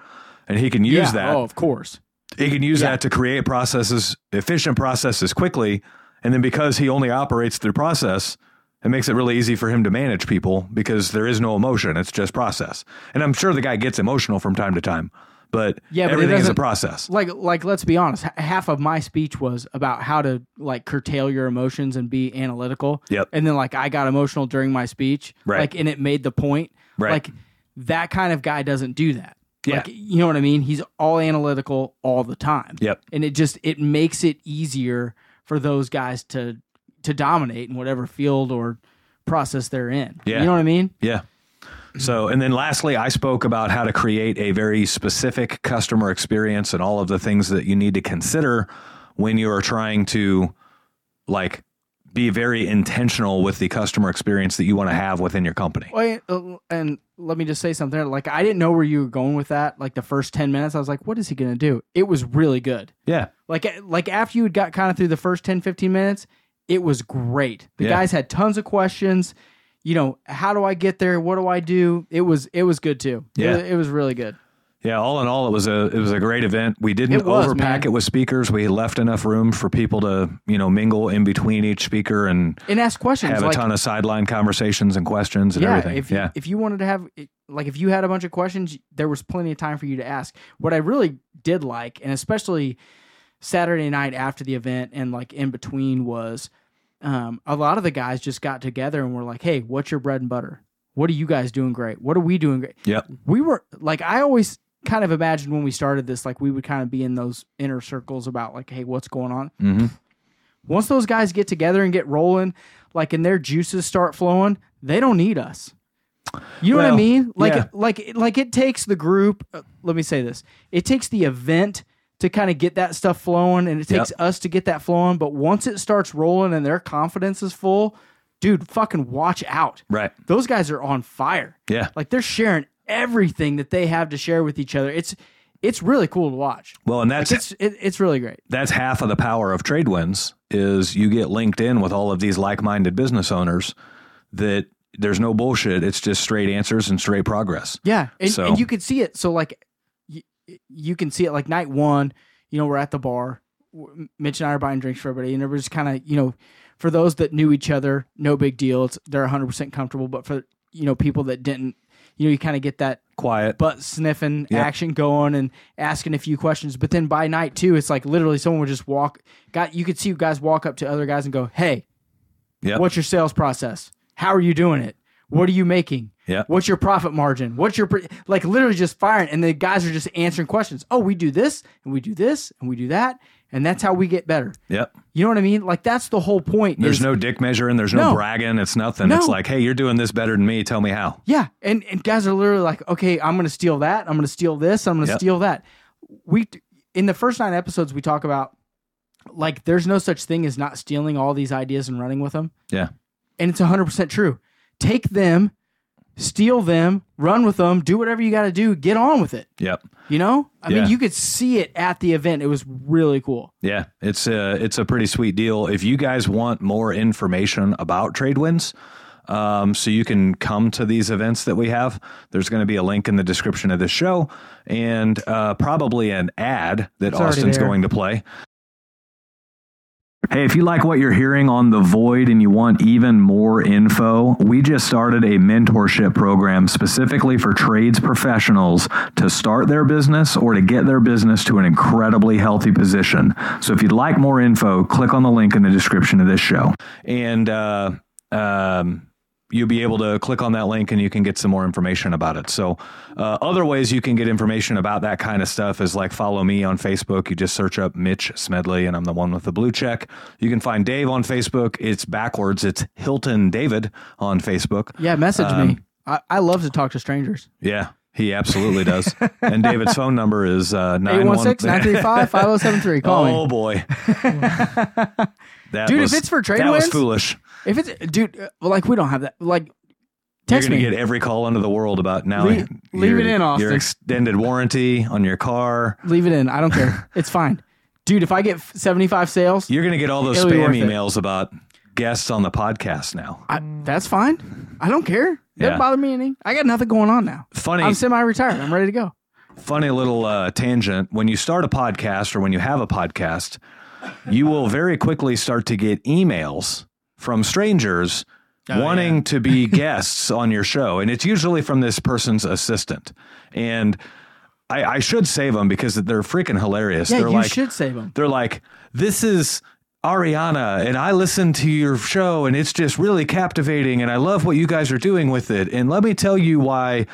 Speaker 1: and he can use
Speaker 2: yeah.
Speaker 1: that.
Speaker 2: Oh, of course.
Speaker 1: he can use
Speaker 2: Yeah.
Speaker 1: that to create processes, efficient processes quickly. And then because he only operates through process, It makes it really easy for him to manage people because there is no emotion. It's just process. And I'm sure the guy gets emotional from time to time, but,
Speaker 2: Yeah, but it
Speaker 1: everything is a
Speaker 2: doesn't-
Speaker 1: process.
Speaker 2: like like let's be honest h- half of my speech was about how to like curtail your emotions and be analytical
Speaker 1: Yep.
Speaker 2: and then like i got emotional during my speech
Speaker 1: Right.
Speaker 2: like and it made the point
Speaker 1: Right.
Speaker 2: like that kind of guy doesn't do that
Speaker 1: Yeah.
Speaker 2: like you know what i mean he's all analytical all the time
Speaker 1: Yep.
Speaker 2: and it just it makes it easier for those guys to to dominate in whatever field or process they're in
Speaker 1: Yeah.
Speaker 2: you know what i mean
Speaker 1: Yeah. So, and then lastly, I spoke about how to create a very specific customer experience and all of the things that you need to consider when you are trying to like be very intentional with the customer experience that you want to have within your company.
Speaker 2: Wait, uh, and let me just say something. Like, I didn't know where you were going with that. Like the first ten minutes, I was like, "What is he gonna do?" It was really good.
Speaker 1: Yeah.
Speaker 2: Like, a- like after you had got kind of through the first 10, 15 minutes, it was great. The
Speaker 1: Yeah.
Speaker 2: guys had tons of questions. You know, how do I get there? What do I do? It was, it was good too. It
Speaker 1: Yeah.
Speaker 2: was- it, was really good.
Speaker 1: Yeah, all in all, it was a it was a great event. We didn't
Speaker 2: It was,
Speaker 1: overpack
Speaker 2: man.
Speaker 1: it with speakers. We left enough room for people to you know mingle in between each speaker and
Speaker 2: And ask questions.
Speaker 1: have
Speaker 2: like,
Speaker 1: a ton of sideline conversations and questions and
Speaker 2: yeah,
Speaker 1: everything.
Speaker 2: if you,
Speaker 1: yeah,
Speaker 2: if you wanted to have like if you had a bunch of questions, there was plenty of time for you to ask. What I really did like, and especially Saturday night after the event and like in between, was um, a lot of the guys just got together and were like, "Hey, what's your bread and butter? What are you guys doing great? What are we doing great?"
Speaker 1: yep,
Speaker 2: we were like I always kind of imagined when we started this like we would kind of be in those inner circles about like hey what's going on
Speaker 1: Mhm.
Speaker 2: once those guys get together and get rolling like and their juices start flowing they don't need us you know what
Speaker 1: Well,
Speaker 2: i mean like
Speaker 1: yeah.
Speaker 2: like like it takes the group uh, let me say this it takes the event to kind of get that stuff flowing and it
Speaker 1: Yep.
Speaker 2: takes us to get that flowing but once it starts rolling and their confidence is full dude fucking watch out
Speaker 1: right,
Speaker 2: those guys are on fire
Speaker 1: yeah.
Speaker 2: like they're sharing everything that they have to share with each other. It's it's really cool to watch.
Speaker 1: Well, and that's
Speaker 2: It's it, it's really great.
Speaker 1: that's half of the power of Tradewinds is you get linked in with all of these like-minded business owners that there's no bullshit. It's just straight answers and straight progress.
Speaker 2: Yeah, and,
Speaker 1: So-
Speaker 2: and you can see it. So like, you, you can see it like night one. You know, we're at the bar. W- Mitch and I are buying drinks for everybody, and everybody's kind of you know, for those that knew each other, no big deal. It's they're 100 percent comfortable. But for you know people that didn't, you know, you kind of get that
Speaker 1: Quiet.
Speaker 2: butt sniffing
Speaker 1: Yeah.
Speaker 2: action going and asking a few questions. But then by night two, it's like literally someone would just walk. Got you could see guys walk up to other guys and go, "Hey,
Speaker 1: Yep.
Speaker 2: what's your sales process? How are you doing it? What are you making?
Speaker 1: Yeah.
Speaker 2: What's your profit margin? What's your pre-? like literally just firing?" And the guys are just answering questions. Oh, we do this and we do this and we do that, and that's how we get better.
Speaker 1: Yep.
Speaker 2: You know what I mean? Like that's the whole point.
Speaker 1: There's
Speaker 2: is-
Speaker 1: no dick measuring. There's no,
Speaker 2: No.
Speaker 1: bragging. It's nothing.
Speaker 2: No.
Speaker 1: It's like, hey, you're doing this better than me. Tell me how.
Speaker 2: Yeah, and and guys are literally like, okay, I'm gonna steal that. I'm gonna steal this. I'm gonna
Speaker 1: Yep.
Speaker 2: steal that. We in the first nine episodes we talk about like there's no such thing as not stealing all these ideas and running with them,
Speaker 1: Yeah.
Speaker 2: and it's 100 percent true. Take them, steal them, run with them, do whatever you got to do. Get on with it.
Speaker 1: Yep.
Speaker 2: You know, I
Speaker 1: Yeah.
Speaker 2: mean, you could see it at the event. It was really cool.
Speaker 1: Yeah, it's a it's a pretty sweet deal. If you guys want more information about Tradewinds, um, so you can come to these events that we have, there's going to be a link in the description of this show, and uh, probably an ad that
Speaker 3: already
Speaker 1: Austin's
Speaker 3: there.
Speaker 1: going to play. Hey, if you like what you're hearing on The Void and you want even more info, we just started a mentorship program specifically for trades professionals to start their business or to get their business to an incredibly healthy position. So if you'd like more info, click on the link in the description of this show. And, uh, um, you'll be able to click on that link and you can get some more information about it. So, uh, other ways you can get information about that kind of stuff is like follow me on Facebook. You just search up Mitch Smedley, and I'm the one with the blue check. You can find Dave on Facebook. It's backwards. It's Hilton David on Facebook.
Speaker 2: Yeah, message me.
Speaker 1: Um,
Speaker 2: I, I love to talk to strangers.
Speaker 1: Yeah, he absolutely does. and David's phone number is uh,
Speaker 2: 816
Speaker 1: 916
Speaker 2: 935 5073. Call me.
Speaker 1: Oh boy, that
Speaker 2: Dude, if
Speaker 1: was-
Speaker 2: it's for trade
Speaker 1: that was
Speaker 2: wins,
Speaker 1: foolish.
Speaker 2: If it's dude, uh, well, like we don't have that. Like,
Speaker 1: You're
Speaker 2: text
Speaker 1: gonna
Speaker 2: me.
Speaker 1: get every call under the world about now.
Speaker 2: Leave- leave
Speaker 1: your-
Speaker 2: it in, Austin.
Speaker 1: Your extended warranty on your car.
Speaker 2: Leave it in. I don't care. it's fine, dude. If I get f- seventy-five sales,
Speaker 1: You're gonna get all those
Speaker 2: It'll be
Speaker 1: spam
Speaker 2: worth it.
Speaker 1: emails about guests on the podcast now.
Speaker 2: I, that's fine. I don't care. Doesn't
Speaker 1: Yeah.
Speaker 2: bother me any. I got nothing going on now.
Speaker 1: Funny,
Speaker 2: I'm semi-retired. I'm ready to go.
Speaker 1: funny little uh, tangent. When you start a podcast or when you have a podcast, you will very quickly start to get emails from strangers
Speaker 2: Oh,
Speaker 1: wanting to be guests on your show, and it's usually from this person's assistant. And I, I should save them because they're freaking hilarious.
Speaker 2: Yeah,
Speaker 1: they're
Speaker 2: you
Speaker 1: like,
Speaker 2: should save them.
Speaker 1: they're like, this is Ariana, and I listened to your show, and it's just really captivating, and I love what you guys are doing with it. And let me tell you why,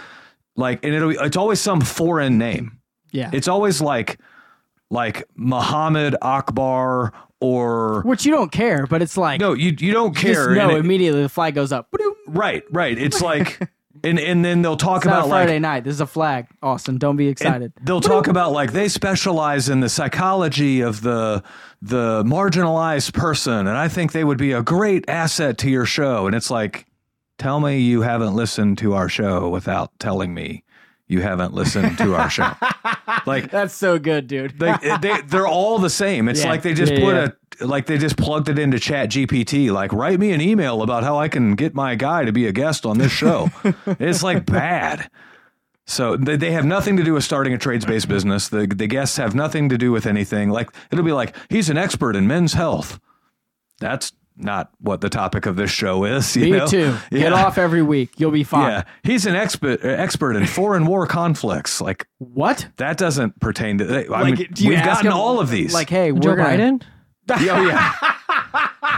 Speaker 1: like, and it'll, it's always some foreign name.
Speaker 2: Yeah.
Speaker 1: It's always like, like Muhammad Akbar or
Speaker 2: Which you don't care, but it's like
Speaker 1: no, you you don't
Speaker 2: you just
Speaker 1: care.
Speaker 2: know
Speaker 1: and it-
Speaker 2: immediately the flag goes up. Ba-doom.
Speaker 1: right, right. It's like, and and then they'll talk
Speaker 2: It's not
Speaker 1: about
Speaker 2: a
Speaker 1: like
Speaker 2: Friday night. This is a flag, Austin. Don't be excited.
Speaker 1: They'll talk about like they specialize in the psychology of the the marginalized person, and I think they would be a great asset to your show. And it's like, tell me you haven't listened to our show without telling me you haven't listened to our show. like
Speaker 2: That's so good, dude.
Speaker 1: they, they they're all the same. It's
Speaker 2: Yeah.
Speaker 1: like they just
Speaker 2: Yeah,
Speaker 1: put
Speaker 2: yeah.
Speaker 1: a like they just plugged it into Chat GPT. Like write me an email about how I can get my guy to be a guest on this show. it's like bad. So they, they have nothing to do with starting a trades based business. The the guests have nothing to do with anything. Like it'll be like he's an expert in men's health. That's not what the topic of this show is. You
Speaker 2: Me
Speaker 1: know?
Speaker 2: too. Get
Speaker 1: Yeah.
Speaker 2: off every week. You'll be fine.
Speaker 1: Yeah, he's an expert expert in foreign war conflicts. Like
Speaker 2: What?
Speaker 1: that doesn't pertain to. I
Speaker 2: Like,
Speaker 1: mean,
Speaker 2: do you
Speaker 1: we've
Speaker 2: ask
Speaker 1: gotten
Speaker 2: him,
Speaker 1: all of these.
Speaker 2: Like, hey,
Speaker 3: Joe
Speaker 2: we're gonna,
Speaker 3: Biden?
Speaker 1: Yeah, oh, yeah.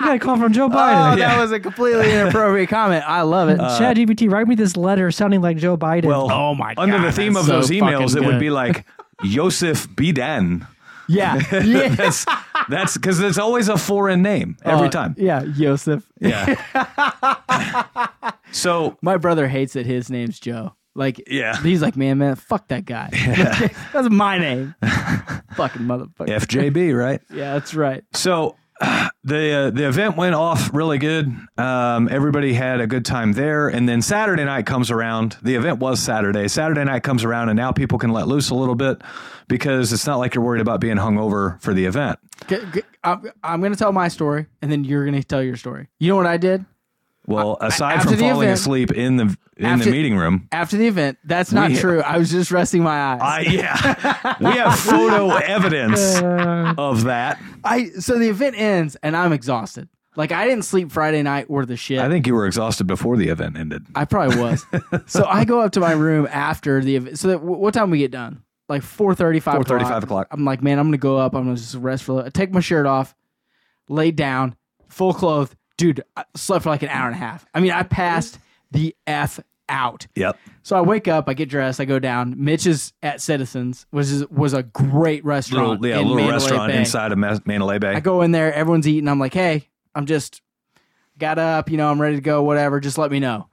Speaker 3: You got a call from Joe
Speaker 2: Oh,
Speaker 3: Biden.
Speaker 1: Yeah.
Speaker 2: that was a completely inappropriate comment. I love it.
Speaker 3: Chat GPT, write me this letter sounding like Joe Biden.
Speaker 1: Well,
Speaker 2: Oh my
Speaker 1: under
Speaker 2: God,
Speaker 1: the theme of those
Speaker 2: that's so
Speaker 1: emails,
Speaker 2: fucking
Speaker 1: it would
Speaker 2: good.
Speaker 1: be like Yosef Bidan.
Speaker 2: yeah, yeah.
Speaker 1: That's that's because it's always a foreign name every
Speaker 2: Uh,
Speaker 1: time.
Speaker 2: Yeah, Joseph.
Speaker 1: Yeah. so
Speaker 2: My brother hates that his name's Joe. Like,
Speaker 1: Yeah.
Speaker 2: he's like, man, man, fuck that guy. that's my name. Fucking motherfucker. Yeah.
Speaker 1: FJB, right?
Speaker 2: that's right.
Speaker 1: So the uh, the event went off really good. Um, everybody had a good time there, and then Saturday night comes around. The event was Saturday. Saturday night comes around, and now people can let loose a little bit because it's not like you're worried about being hungover for the event.
Speaker 2: G- g- I'm, I'm gonna tell my story, and then you're gonna tell your story. You know what I did
Speaker 1: Well, aside
Speaker 2: after
Speaker 1: from
Speaker 2: the
Speaker 1: falling
Speaker 2: event-
Speaker 1: asleep in the in
Speaker 2: After-
Speaker 1: the meeting room,
Speaker 2: after the event? That's not
Speaker 1: We-
Speaker 2: true. I was just resting my eyes.
Speaker 1: I yeah, we have photo evidence
Speaker 3: Uh,
Speaker 1: of that.
Speaker 2: I so the event ends, and I'm exhausted. Like I didn't sleep Friday night or the shit.
Speaker 1: I think you were exhausted before the event ended.
Speaker 2: I probably was. so I go up to my room after the event. So that, wh- what time we get done? Like 4.35
Speaker 1: 4:35 o'clock.
Speaker 2: I'm like, man, I'm going to go up. I'm going to just rest for a little. I take my shirt off, lay down, full clothed. Dude, I slept for like an hour and a half. I mean, I passed the F out.
Speaker 1: Yep.
Speaker 2: So I wake up, I get dressed, I go down. Mitch is at Citizens, which is, was a great restaurant.
Speaker 1: Little, yeah,
Speaker 2: in
Speaker 1: little
Speaker 2: Mandalay
Speaker 1: restaurant
Speaker 2: Bay.
Speaker 1: inside of Ma- Mandalay Bay.
Speaker 2: I go in there, everyone's eating. I'm like, hey, I'm just got up, you know, I'm ready to go, whatever. Just let me know.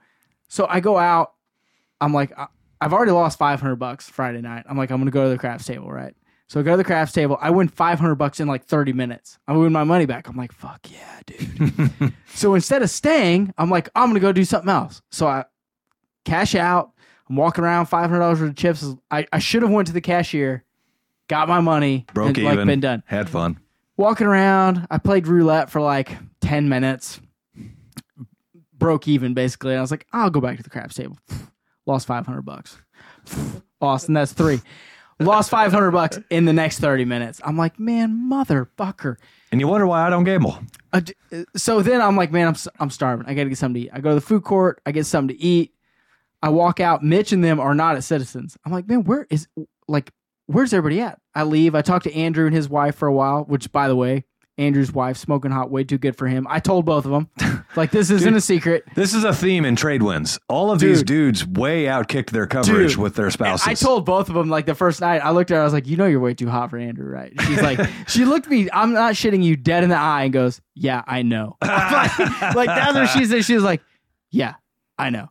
Speaker 2: So I go out. I'm like, I- I've already lost 500 bucks Friday night. I'm like, I'm going to go to the crafts table, right? So I go to the crafts table. I win 500 bucks in like 30 minutes. I win my money back. I'm like, fuck yeah, dude. so instead of staying, I'm like, I'm going to go do something else. So I cash out. I'm walking around $500 worth of chips. I, I should have went to the cashier, got my money,
Speaker 1: Broke
Speaker 2: and,
Speaker 1: even.
Speaker 2: like been done
Speaker 1: Had fun.
Speaker 2: walking around. I played roulette for like 10 minutes, broke even basically. And I was like, I'll go back to the craps table. Lost 500 bucks. Austin, that's three. Lost 500 bucks in the next 30 minutes. I'm like, man, motherfucker.
Speaker 1: And you wonder why I don't gamble.
Speaker 2: I d- uh, so then I'm like, man, I'm s- I'm starving. I gotta get something to eat. I go to the food court. I get something to eat. I walk out. Mitch and them are not at Citizens. I'm like, man, where is like, where's everybody at? I leave. I talk to Andrew and his wife for a while. Which, by the way, Andrew's wife smoking hot, way too good for him. I told both of them, like, this isn't a secret.
Speaker 1: This is a theme in trade wins. All of these dudes way outkicked their coverage
Speaker 2: Dude.
Speaker 1: with their spouses.
Speaker 2: I told both of them like the first night. I looked at her. I was like, "You know, you're way too hot for Andrew, right?" She's like, she looked me. I'm not shitting you, dead in the eye, and goes, "Yeah, I know." like, like that's what she said. She was like, "Yeah, I know."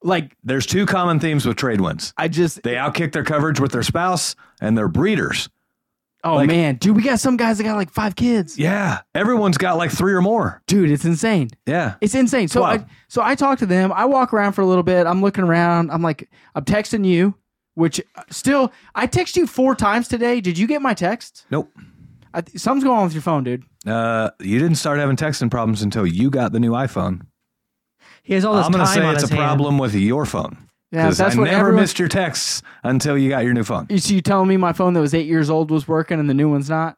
Speaker 2: Like
Speaker 1: There's two common themes with trade wins.
Speaker 2: I just,
Speaker 1: They outkick their coverage with their spouse and their breeders.
Speaker 2: oh
Speaker 1: like-
Speaker 2: man, dude, we got some guys that got like five kids.
Speaker 1: Yeah. Everyone's got like three or more.
Speaker 2: Dude, it's insane.
Speaker 1: Yeah.
Speaker 2: It's insane. So
Speaker 1: Wow.
Speaker 2: I so I talk to them. I walk around for a little bit. I'm looking around. I'm like, I'm texting you, which uh, still I text you four times today. Did you get my text?
Speaker 1: Nope.
Speaker 2: I, something's going on with your phone, dude.
Speaker 1: Uh, you didn't start having texting problems until you got the new iPhone.
Speaker 3: he has all this
Speaker 1: I'm going to
Speaker 3: time
Speaker 1: say
Speaker 3: on
Speaker 1: it's a
Speaker 3: his hand.
Speaker 1: problem with your phone.
Speaker 2: Yeah,
Speaker 1: 'Cause
Speaker 2: that's
Speaker 1: I
Speaker 2: what
Speaker 1: never
Speaker 2: everyone-
Speaker 1: missed your texts until you got your new phone.
Speaker 2: You- So you telling me my phone that was eight years old was working and the new one's not?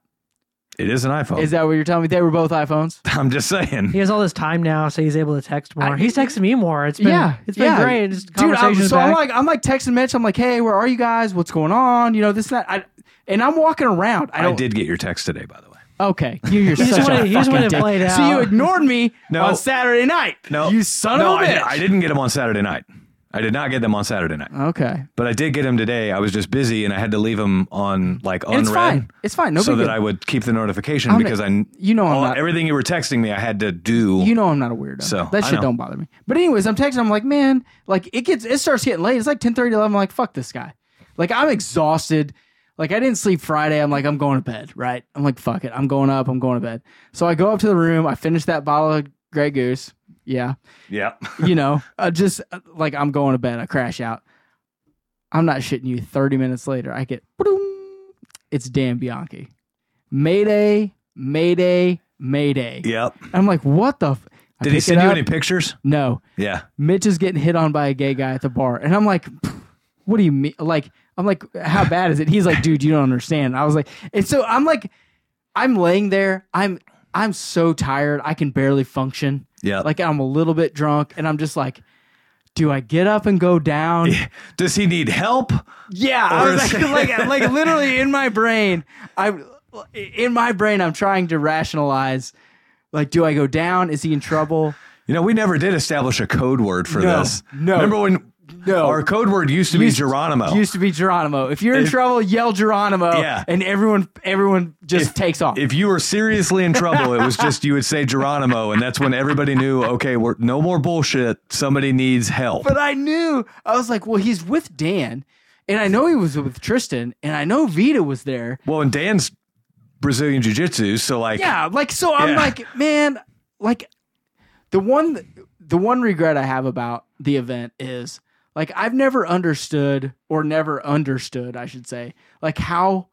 Speaker 1: It is an iPhone.
Speaker 2: Is that what you're telling me? They were both iPhones.
Speaker 1: I'm just saying.
Speaker 3: He has all this time now, so he's able to text more. he's texting me more. It's been,
Speaker 2: yeah,
Speaker 3: it's been
Speaker 2: yeah.
Speaker 3: great. Just
Speaker 2: Dude, I'm,
Speaker 3: conversations
Speaker 2: so I'm
Speaker 3: back.
Speaker 2: like, I'm like texting Mitch. I'm like, hey, where are you guys? What's going on? You know, this and that. I, and I'm walking around. I,
Speaker 1: I
Speaker 2: don't,
Speaker 1: did get your text today, by the way.
Speaker 2: Okay, you, you're
Speaker 3: just
Speaker 2: such
Speaker 3: wanted-
Speaker 2: a
Speaker 3: you just
Speaker 2: fucking
Speaker 3: wanted to
Speaker 2: dick.
Speaker 3: play it
Speaker 2: So you
Speaker 3: out.
Speaker 2: ignored me
Speaker 1: No.
Speaker 2: on Saturday night.
Speaker 1: No,
Speaker 2: you son
Speaker 1: no,
Speaker 2: of a
Speaker 1: I
Speaker 2: bitch.
Speaker 1: did- I didn't get them on Saturday night. I did not get them on Saturday night,
Speaker 2: Okay,
Speaker 1: but I did get them today. I was just busy and I had to leave them on like unread.
Speaker 2: it's fine. It's fine. No
Speaker 1: so
Speaker 2: big
Speaker 1: that
Speaker 2: deal.
Speaker 1: I would keep the notification
Speaker 2: I'm-
Speaker 1: because I,
Speaker 2: you know I'm
Speaker 1: all-
Speaker 2: not-
Speaker 1: everything you were texting me, I had to do.
Speaker 2: you know I'm not a weirdo.
Speaker 1: So,
Speaker 2: that
Speaker 1: I
Speaker 2: shit
Speaker 1: know.
Speaker 2: don't bother me. But anyways, I'm texting. I'm like, man, like it gets, it starts getting late. It's like 10, 30, 11. I'm like, fuck this guy. Like I'm exhausted. Like I didn't sleep Friday. I'm like, I'm going to bed. Right. I'm like, fuck it. I'm going up. I'm going to bed. So I go up to the room. I finish that bottle of Grey Goose. Yeah.
Speaker 1: yeah,
Speaker 2: You know, uh, just uh, like I'm going to bed. I crash out. I'm not shitting you. 30 minutes later, I get, ba-doom. it's Dan Bianchi. Mayday, Mayday, Mayday.
Speaker 1: yep.
Speaker 2: I'm like, what the? F-? I
Speaker 1: Did he
Speaker 2: pick it
Speaker 1: send you
Speaker 2: up.
Speaker 1: any pictures?
Speaker 2: No.
Speaker 1: Yeah,
Speaker 2: Mitch is getting hit on by a gay guy at the bar. And I'm like, "Pff, what do you mean? Like, I'm like, how bad is it? He's like, dude, you don't understand. I was like, and so I'm like, I'm laying there. I'm, I'm so tired. I can barely function.
Speaker 1: yeah.
Speaker 2: Like, I'm a little bit drunk and I'm just like, do I get up and go down?
Speaker 1: does he need help?
Speaker 2: Yeah, I
Speaker 1: Or
Speaker 2: was
Speaker 1: is-
Speaker 2: like, like, like literally in my brain, I'm in my brain. I'm trying to rationalize, like, do I go down? Is he in trouble?
Speaker 1: You know, we never did establish a code word for
Speaker 2: No,
Speaker 1: this.
Speaker 2: no.
Speaker 1: remember when?
Speaker 2: No.
Speaker 1: our code word used to be
Speaker 2: Used-
Speaker 1: Geronimo.
Speaker 2: Used to be Geronimo. If you're in trouble, yell Geronimo.
Speaker 1: Yeah.
Speaker 2: and everyone, everyone just
Speaker 1: If-
Speaker 2: takes off.
Speaker 1: if you were seriously in trouble, it was just you would say Geronimo, and that's when everybody knew. Okay, we're no more bullshit. Somebody needs help.
Speaker 2: but uh, I knew I was like, well, he's with Dan, and I know he was with Tristan, and I know Vita was there.
Speaker 1: Well, and Dan's Brazilian Jiu Jitsu, so like,
Speaker 2: Yeah, like so I'm
Speaker 1: Yeah.
Speaker 2: like, man, like the one the one regret I have about the event is like I've never understood or never understood, I should say, like how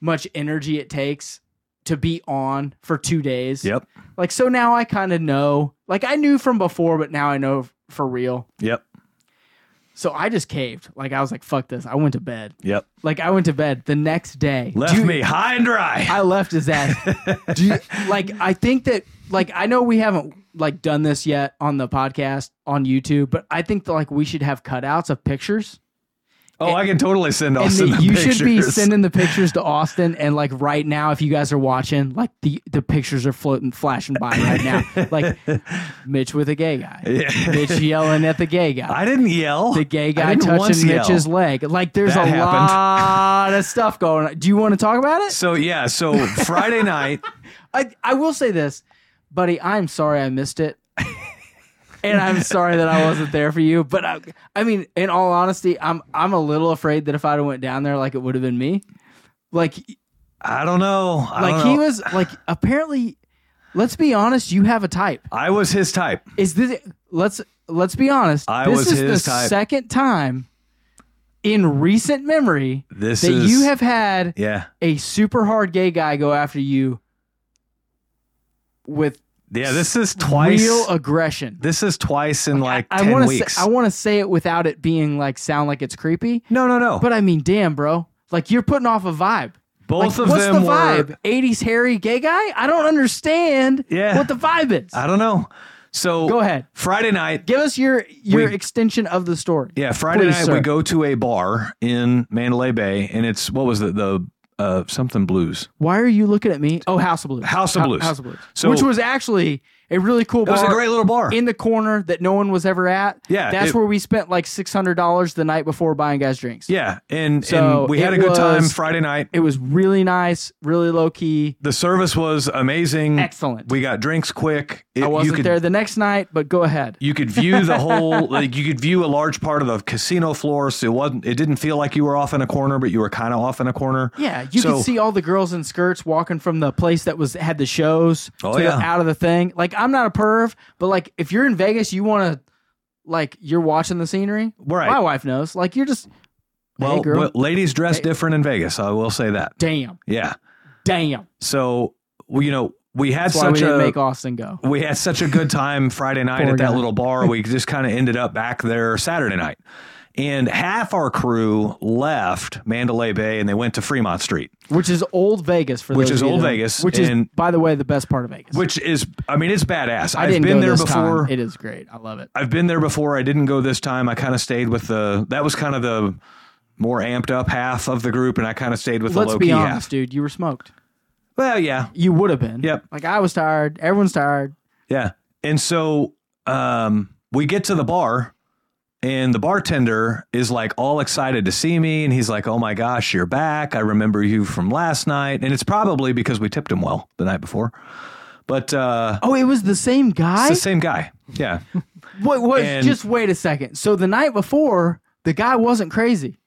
Speaker 2: much energy it takes to be on for 2 days.
Speaker 1: yep,
Speaker 2: Like so now I kind of know. Like I knew from before, but now I know f- for real.
Speaker 1: yep,
Speaker 2: So I just caved. Like I was like, fuck this. I went to bed.
Speaker 1: yep.
Speaker 2: Like I went to bed the next day.
Speaker 1: Left
Speaker 2: Dude,
Speaker 1: me high and dry.
Speaker 2: I left his ass. Do you, like I think that like I know we haven't like done this yet on the podcast on YouTube, but I think that like we should have cutouts of pictures.
Speaker 1: oh, I can totally send
Speaker 2: And
Speaker 1: Austin
Speaker 2: that
Speaker 1: the
Speaker 2: you
Speaker 1: pictures.
Speaker 2: should be sending the pictures to Austin and like right now if you guys are watching, like the the pictures are floating flashing by right now. Like Mitch with a gay guy.
Speaker 1: Yeah.
Speaker 2: Mitch yelling at the gay guy.
Speaker 1: I didn't yell.
Speaker 2: the gay
Speaker 1: I
Speaker 2: guy
Speaker 1: didn't once
Speaker 2: touching
Speaker 1: yell.
Speaker 2: Mitch's leg. Like there's
Speaker 1: That
Speaker 2: a
Speaker 1: happened.
Speaker 2: lot of stuff going on. Do you want to talk about it?
Speaker 1: So yeah, so Friday night,
Speaker 2: I, I will say this, buddy. I'm sorry I missed it, and I'm sorry that I wasn't there for you. But I, I mean, in all honesty, I'm I'm a little afraid that if I'd have went down there, like it would have been me. Like
Speaker 1: I don't know. I
Speaker 2: like
Speaker 1: don't
Speaker 2: he
Speaker 1: know.
Speaker 2: was like apparently. Let's be honest. You have a type.
Speaker 1: I was his type.
Speaker 2: Is this? Let's let's be honest.
Speaker 1: I
Speaker 2: this
Speaker 1: was
Speaker 2: is
Speaker 1: his
Speaker 2: the
Speaker 1: type.
Speaker 2: second time in recent memory
Speaker 1: This
Speaker 2: that
Speaker 1: is
Speaker 2: you have had
Speaker 1: yeah
Speaker 2: a super hard gay guy go after you with
Speaker 1: yeah. This is twice.
Speaker 2: real aggression.
Speaker 1: this is twice in like,
Speaker 2: I
Speaker 1: ten
Speaker 2: want to
Speaker 1: weeks.
Speaker 2: say I want to say it without it being like sound like it's creepy,
Speaker 1: no, no, no.
Speaker 2: but I mean, damn, bro, like you're putting off a vibe.
Speaker 1: Both
Speaker 2: Like,
Speaker 1: of
Speaker 2: what's
Speaker 1: them
Speaker 2: the
Speaker 1: were.
Speaker 2: vibe? 80s hairy gay guy? I don't understand.
Speaker 1: Yeah.
Speaker 2: what the vibe is.
Speaker 1: I don't know. So
Speaker 2: Go ahead.
Speaker 1: Friday night.
Speaker 2: Give us your your
Speaker 1: We-
Speaker 2: extension of the story.
Speaker 1: Yeah, Friday
Speaker 2: Please,
Speaker 1: night
Speaker 2: sir.
Speaker 1: we go to a bar in Mandalay Bay, and it's what was it the uh, something blues.
Speaker 2: Why are you looking at me? Oh, House of Blues.
Speaker 1: House of
Speaker 2: Ho-
Speaker 1: Blues.
Speaker 2: House of Blues.
Speaker 1: So-
Speaker 2: which was actually a really cool
Speaker 1: It was a great little bar.
Speaker 2: in the corner that no one was ever at.
Speaker 1: Yeah,
Speaker 2: that's
Speaker 1: it-
Speaker 2: where we spent like six hundred dollars the night before buying guys drinks.
Speaker 1: yeah, and,
Speaker 2: So
Speaker 1: and we had
Speaker 2: it
Speaker 1: a good time
Speaker 2: was-
Speaker 1: Friday night.
Speaker 2: it was really nice, really low key,
Speaker 1: The service was amazing.
Speaker 2: excellent.
Speaker 1: Mm. We got drinks quick. It-
Speaker 2: I
Speaker 1: you
Speaker 2: wasn't
Speaker 1: could,
Speaker 2: there the next night, but go ahead.
Speaker 1: You could view the whole, like you could view a large part of the casino floor. So it wasn't, it didn't feel like you were off in a corner, but you were kind of off in a corner.
Speaker 2: Yeah, you
Speaker 1: So-
Speaker 2: could see all the girls in skirts walking from the place that was had the shows
Speaker 1: Oh,
Speaker 2: to the-
Speaker 1: yeah.
Speaker 2: out of the thing. Like I'm not a perv, but like if you're in Vegas, you want to like you're watching the scenery.
Speaker 1: Right.
Speaker 2: My wife knows. Like you're just
Speaker 1: Well,
Speaker 2: hey girl,
Speaker 1: well, ladies dress
Speaker 2: Hey.
Speaker 1: different in Vegas. I will say that.
Speaker 2: damn,
Speaker 1: Yeah.
Speaker 2: damn.
Speaker 1: So, well, you know, we had
Speaker 2: That's why we
Speaker 1: such
Speaker 2: didn't
Speaker 1: a,
Speaker 2: make Austin go.
Speaker 1: we had such a good time Friday night
Speaker 2: Poor
Speaker 1: at that
Speaker 2: guy.
Speaker 1: little bar. We just kind of ended up back there Saturday night. And half our crew left Mandalay Bay and they went to Fremont Street,
Speaker 2: which is old Vegas for
Speaker 1: Which
Speaker 2: those
Speaker 1: is
Speaker 2: of you
Speaker 1: old
Speaker 2: that-
Speaker 1: Vegas,
Speaker 2: which is
Speaker 1: and-
Speaker 2: by the way the best part of Vegas.
Speaker 1: which is, I mean, it's badass.
Speaker 2: I
Speaker 1: have
Speaker 2: didn't
Speaker 1: been
Speaker 2: go
Speaker 1: there
Speaker 2: this time.
Speaker 1: before.
Speaker 2: It is great. I love it.
Speaker 1: I've been there before. I didn't go this time. I kind of stayed with the, that was kind of the more amped up half of the group and I kind of stayed with the
Speaker 2: Let's
Speaker 1: low
Speaker 2: be
Speaker 1: key
Speaker 2: honest,
Speaker 1: half.
Speaker 2: dude. You were smoked.
Speaker 1: Well, yeah.
Speaker 2: You would have been.
Speaker 1: Yep.
Speaker 2: Like I was tired. Everyone's tired.
Speaker 1: Yeah. And so um, we get to the bar, and the bartender is like all excited to see me. And he's like, Oh my gosh, you're back. I remember you from last night. And it's probably because we tipped him well the night before. But uh,
Speaker 2: Oh, it was the same guy.
Speaker 1: it's the same guy. Yeah.
Speaker 2: What was
Speaker 1: And-
Speaker 2: just wait a second. So the night before, the guy wasn't crazy,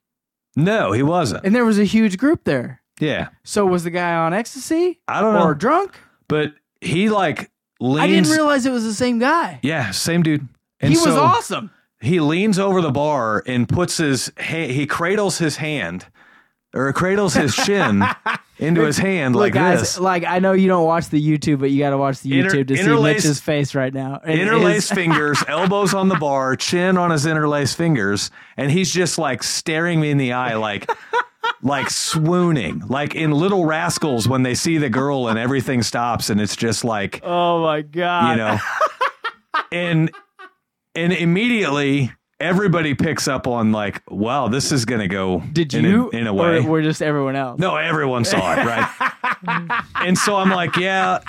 Speaker 1: No, he wasn't.
Speaker 2: and there was a huge group there.
Speaker 1: Yeah.
Speaker 2: So was the guy on ecstasy
Speaker 1: I don't
Speaker 2: or
Speaker 1: know.
Speaker 2: drunk?
Speaker 1: But he like leans.
Speaker 2: I didn't realize it was the same guy.
Speaker 1: yeah, same dude. And
Speaker 2: he was
Speaker 1: so-
Speaker 2: awesome.
Speaker 1: he leans over the bar and puts his ha- he cradles his hand or cradles his shin into his hand like
Speaker 2: Look, guys,
Speaker 1: this.
Speaker 2: like I know you don't watch the YouTube, but you got to watch the
Speaker 1: Inter-
Speaker 2: YouTube to see
Speaker 1: interlace-
Speaker 2: Mitch's face right now. And
Speaker 1: Interlaced
Speaker 2: his-
Speaker 1: fingers, elbows on the bar, chin on his interlaced fingers, and he's just like staring me in the eye, like, like swooning, like in Little Rascals when they see the girl and everything stops, and it's just like,
Speaker 2: oh my god!
Speaker 1: you know and and immediately everybody picks up on like wow this is gonna go
Speaker 2: did
Speaker 1: in a-
Speaker 2: you
Speaker 1: in a, way
Speaker 2: Or were just everyone else?
Speaker 1: no everyone saw it right and so i'm like yeah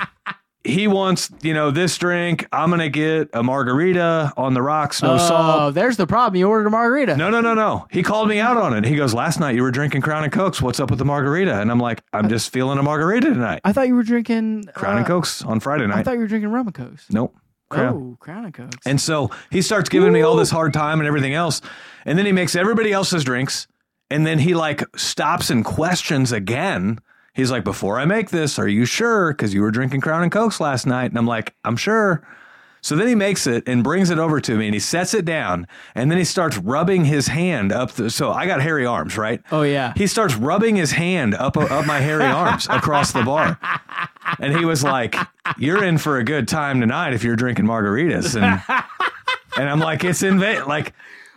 Speaker 1: he wants you know this drink i'm gonna get a margarita on the rocks no
Speaker 2: oh,
Speaker 1: salt
Speaker 2: there's the problem. You ordered a margarita.
Speaker 1: no no no no he called me out on it he goes last night you were drinking crown and cokes what's up with the margarita and i'm like i'm just feeling a margarita tonight
Speaker 2: I thought you were drinking
Speaker 1: crown and
Speaker 2: uh,
Speaker 1: cokes on friday
Speaker 2: I
Speaker 1: night
Speaker 2: thought you were drinking rum and cokes.
Speaker 1: nope Crown-
Speaker 2: Oh, Crown and Cokes.
Speaker 1: And so he starts giving me all this hard time and everything else. And then he makes everybody else's drinks. And then he like stops and questions again. He's like, Before I make this, are you sure? Because you were drinking Crown and Cokes last night. And I'm like, I'm sure. So then he makes it and brings it over to me and he sets it down. And then he starts rubbing his hand up. The, so I got hairy arms, right?
Speaker 2: oh yeah.
Speaker 1: He starts rubbing his hand up up my hairy arms across the bar. And he was like, "You're in for a good time tonight if you're drinking margaritas." And and I'm like, "It's in vain." Like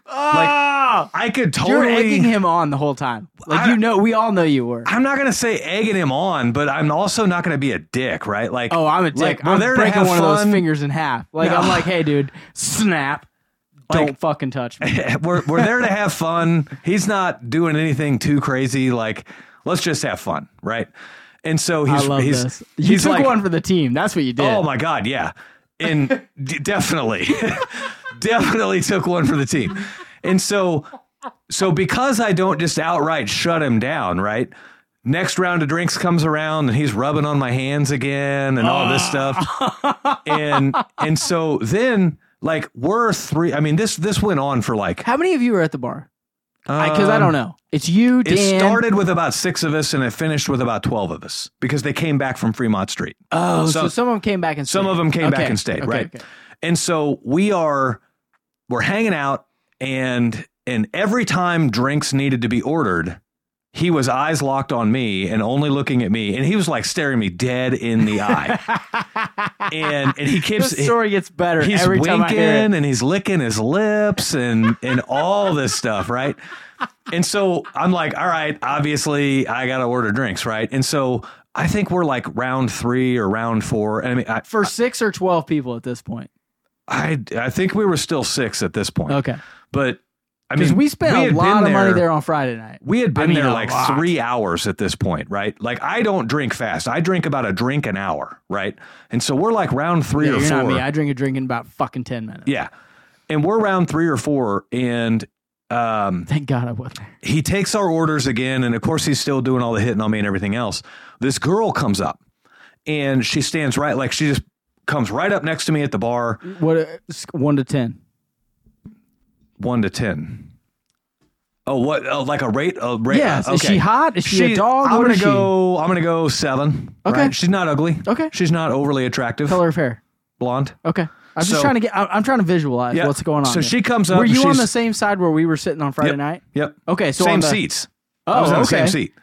Speaker 2: oh,
Speaker 1: I could
Speaker 2: you're
Speaker 1: totally
Speaker 2: egging him on the whole time. Like
Speaker 1: I-
Speaker 2: you know, we all know you were.
Speaker 1: I'm not gonna say egging him on, but I'm also not gonna be a dick, right? Like,
Speaker 2: Oh, I'm a dick.
Speaker 1: Like, we're
Speaker 2: I'm
Speaker 1: there to
Speaker 2: breaking
Speaker 1: have
Speaker 2: one of
Speaker 1: fun.
Speaker 2: those fingers in half. Like I'm
Speaker 1: No.
Speaker 2: like, hey, dude, snap!
Speaker 1: Like-
Speaker 2: Don't fucking touch me.
Speaker 1: we're we're there to have fun. He's not doing anything too crazy. Like, let's just have fun, right? And so he's
Speaker 2: I love
Speaker 1: he's,
Speaker 2: this. You
Speaker 1: he's
Speaker 2: took
Speaker 1: like,
Speaker 2: one for the team. That's what you did.
Speaker 1: Oh my god, yeah. And d- definitely definitely took one for the team. And so so because I don't just outright shut him down, right? Next round of drinks comes around and he's rubbing on my hands again and all this stuff. And and so then like we're three I mean this this went on for like
Speaker 2: How many of you were at the bar? Because I don't know. It's you, Dan.
Speaker 1: Um, It started with about 6 of us and it finished with about 12 of us because they came back from Fremont Street.
Speaker 2: Oh, so,
Speaker 1: so-
Speaker 2: some of them came back and
Speaker 1: Some
Speaker 2: stayed.
Speaker 1: of them came
Speaker 2: Okay,
Speaker 1: back and stayed,
Speaker 2: okay,
Speaker 1: right?
Speaker 2: okay.
Speaker 1: And so we are we're hanging out and and every time drinks needed to be ordered, he was eyes locked on me and only looking at me and he was like staring me dead in the eye. and and he keeps
Speaker 2: This story gets better
Speaker 1: he's
Speaker 2: every
Speaker 1: winking
Speaker 2: time I hear it.
Speaker 1: and he's licking his lips and and all this stuff, right? And so I'm like, all right, obviously I got to order drinks, right? And so I think we're like round 3 or round 4 and I mean I,
Speaker 2: for six or twelve people at this point.
Speaker 1: I I think we were still six at this point.
Speaker 2: Okay,
Speaker 1: But I
Speaker 2: because
Speaker 1: mean,
Speaker 2: we spent a
Speaker 1: had
Speaker 2: lot
Speaker 1: been
Speaker 2: of money there on Friday night.
Speaker 1: We had been
Speaker 2: I mean,
Speaker 1: there
Speaker 2: a
Speaker 1: like
Speaker 2: lot.
Speaker 1: three hours at this point, right? Like I don't drink fast. I drink about a drink an hour, right? And so we're like round three
Speaker 2: Yeah,
Speaker 1: or
Speaker 2: you're
Speaker 1: four.
Speaker 2: not me. I drink a drink in about fucking ten minutes.
Speaker 1: yeah, and we're round three or four, and um,
Speaker 2: Thank God I wasn't there.
Speaker 1: he takes our orders again, and of course he's still doing all the hitting on me and everything else. This girl comes up, and she stands right, like she just comes right up next to me at the bar,
Speaker 2: What a- s- one to ten?
Speaker 1: one to ten. Oh, what? Oh, like a rate? A rate?
Speaker 2: Yes.
Speaker 1: uh,
Speaker 2: Is
Speaker 1: okay.
Speaker 2: she hot? Is she, a dog?
Speaker 1: I'm
Speaker 2: What
Speaker 1: gonna
Speaker 2: is she?
Speaker 1: go. I'm gonna go seven.
Speaker 2: Okay.
Speaker 1: right? she's not ugly.
Speaker 2: Okay.
Speaker 1: she's not overly attractive.
Speaker 2: Color of hair.
Speaker 1: Blonde.
Speaker 2: Okay. I'm just
Speaker 1: So-
Speaker 2: trying to get. I- I'm trying to visualize
Speaker 1: Yeah.
Speaker 2: what's going on.
Speaker 1: So
Speaker 2: here.
Speaker 1: she comes up.
Speaker 2: Were
Speaker 1: and
Speaker 2: you on
Speaker 1: she's-
Speaker 2: the same side where we were sitting on Friday
Speaker 1: Yep.
Speaker 2: night?
Speaker 1: Yep.
Speaker 2: Okay. So on
Speaker 1: same
Speaker 2: the,
Speaker 1: seats.
Speaker 2: Oh,
Speaker 1: I was on the
Speaker 2: okay.
Speaker 1: same seat,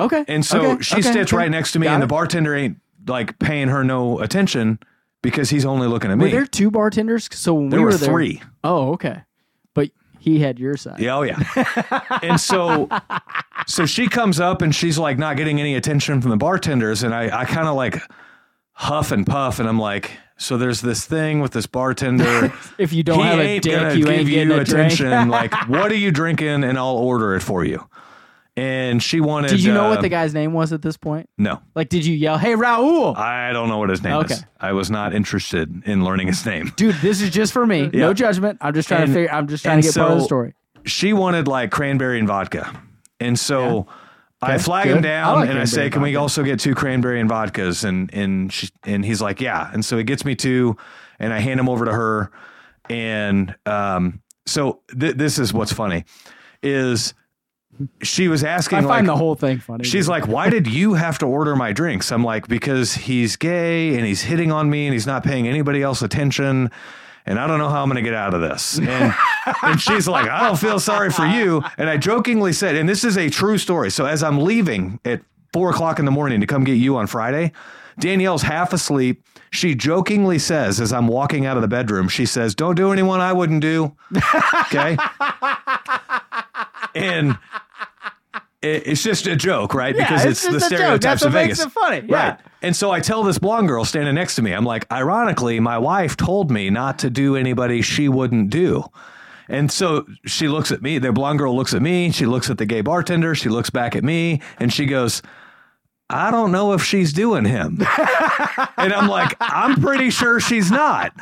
Speaker 2: Okay.
Speaker 1: and so
Speaker 2: okay,
Speaker 1: she
Speaker 2: okay,
Speaker 1: sits
Speaker 2: okay.
Speaker 1: right next to me,
Speaker 2: Got
Speaker 1: and
Speaker 2: it.
Speaker 1: the bartender ain't like paying her no attention because he's only looking at me.
Speaker 2: Were there two bartenders? So when
Speaker 1: There
Speaker 2: we
Speaker 1: were
Speaker 2: there,
Speaker 1: three.
Speaker 2: Oh, okay. But He had your side.
Speaker 1: Yeah, oh yeah. and so so she comes up and she's like not getting any attention from the bartenders and I I kind of like huff and puff and I'm like so there's this thing with this bartender.
Speaker 2: If you don't
Speaker 1: he
Speaker 2: have a
Speaker 1: ain't gonna
Speaker 2: dick, you ain't
Speaker 1: give
Speaker 2: getting
Speaker 1: you
Speaker 2: a
Speaker 1: attention.
Speaker 2: drink.
Speaker 1: like, what are you drinking? And I'll order it for you. And she wanted.
Speaker 2: Did you know what
Speaker 1: uh,
Speaker 2: the guy's name was at this point?
Speaker 1: No,
Speaker 2: Like, did you yell, "Hey, Raul"?
Speaker 1: I don't know what his name
Speaker 2: Okay.
Speaker 1: is. I was not interested in learning his name.
Speaker 2: Dude, this is just for me.
Speaker 1: Yeah.
Speaker 2: No judgment. I'm just trying
Speaker 1: And-
Speaker 2: to figure. I'm just trying to
Speaker 1: and
Speaker 2: get part of the
Speaker 1: so-
Speaker 2: story.
Speaker 1: she wanted like cranberry and vodka. And so I flag
Speaker 2: good.
Speaker 1: him
Speaker 2: I
Speaker 1: down
Speaker 2: like
Speaker 1: and I say,
Speaker 2: cranberry
Speaker 1: "Can we
Speaker 2: vodka."
Speaker 1: also get two cranberry and vodkas?" And and she and he's like, "Yeah." And so he gets me two, and I hand them over to her. And um, so th- this is what's funny is she was asking
Speaker 2: I
Speaker 1: like,
Speaker 2: find the whole thing funny.
Speaker 1: She's
Speaker 2: dude.
Speaker 1: like, "Why did you have to order my drinks?" I'm like, "Because he's gay and he's hitting on me and he's not paying anybody else attention, and I don't know how I'm going to get out of this." And, and she's like, "I don't feel sorry for you." And I jokingly said, "And this is a true story." So as I'm leaving at four o'clock in the morning to come get you on Friday, Danielle's half asleep. She jokingly says, as I'm walking out of the bedroom, she says, "Don't do anyone I wouldn't do." Okay. and it, it's just a joke, right? because
Speaker 2: it's
Speaker 1: it's, the
Speaker 2: just a joke.
Speaker 1: stereotypes
Speaker 2: That's what
Speaker 1: of
Speaker 2: makes
Speaker 1: Vegas.
Speaker 2: it funny. Yeah.
Speaker 1: Right. And so I tell this blonde girl standing next to me, I'm like, ironically, my wife told me not to do anybody she wouldn't do. And so she looks at me, the blonde girl looks at me, she looks at the gay bartender, she looks back at me, and she goes, I don't know if she's doing him. and I'm like, I'm pretty sure she's not.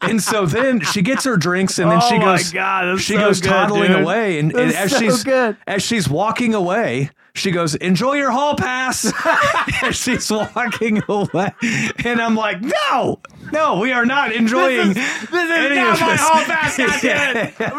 Speaker 1: And so then she gets her drinks and then she
Speaker 2: Oh my
Speaker 1: goes
Speaker 2: God, that's
Speaker 1: she
Speaker 2: so
Speaker 1: goes
Speaker 2: good,
Speaker 1: toddling
Speaker 2: dude.
Speaker 1: away and, and
Speaker 2: That's
Speaker 1: as
Speaker 2: so
Speaker 1: she's
Speaker 2: good.
Speaker 1: as she's walking away, she goes, "Enjoy your hall pass." as she's walking away, and I'm like, "No, no, we are not enjoying any of this."
Speaker 2: I'm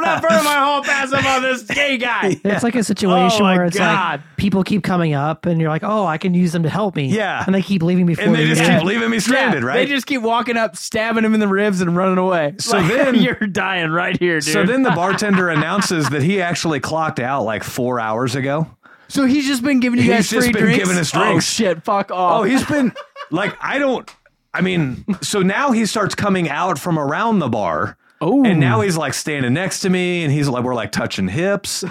Speaker 2: not burning my whole pass up on this gay guy.
Speaker 3: It's like a situation
Speaker 2: Oh my
Speaker 3: where it's
Speaker 2: God.
Speaker 3: like people keep coming up and you're like, oh, I can use them to help me.
Speaker 1: Yeah.
Speaker 3: And they keep leaving before
Speaker 1: and they just
Speaker 3: get-
Speaker 1: keep leaving me stranded, right?
Speaker 2: They just keep walking up, stabbing him in the ribs, and running away.
Speaker 1: So
Speaker 2: Like,
Speaker 1: then-
Speaker 2: you're dying right here, dude.
Speaker 1: so then the bartender announces that he actually clocked out like four hours ago.
Speaker 2: So he's just been giving you
Speaker 1: He's
Speaker 2: guys
Speaker 1: just
Speaker 2: free
Speaker 1: been
Speaker 2: drinks.
Speaker 1: giving us
Speaker 2: Oh
Speaker 1: drinks.
Speaker 2: shit! Fuck off.
Speaker 1: Oh, he's been like I don't. I mean, so now he starts coming out from around the bar.
Speaker 2: Oh.
Speaker 1: and now he's like standing next to me, and he's like we're like touching hips,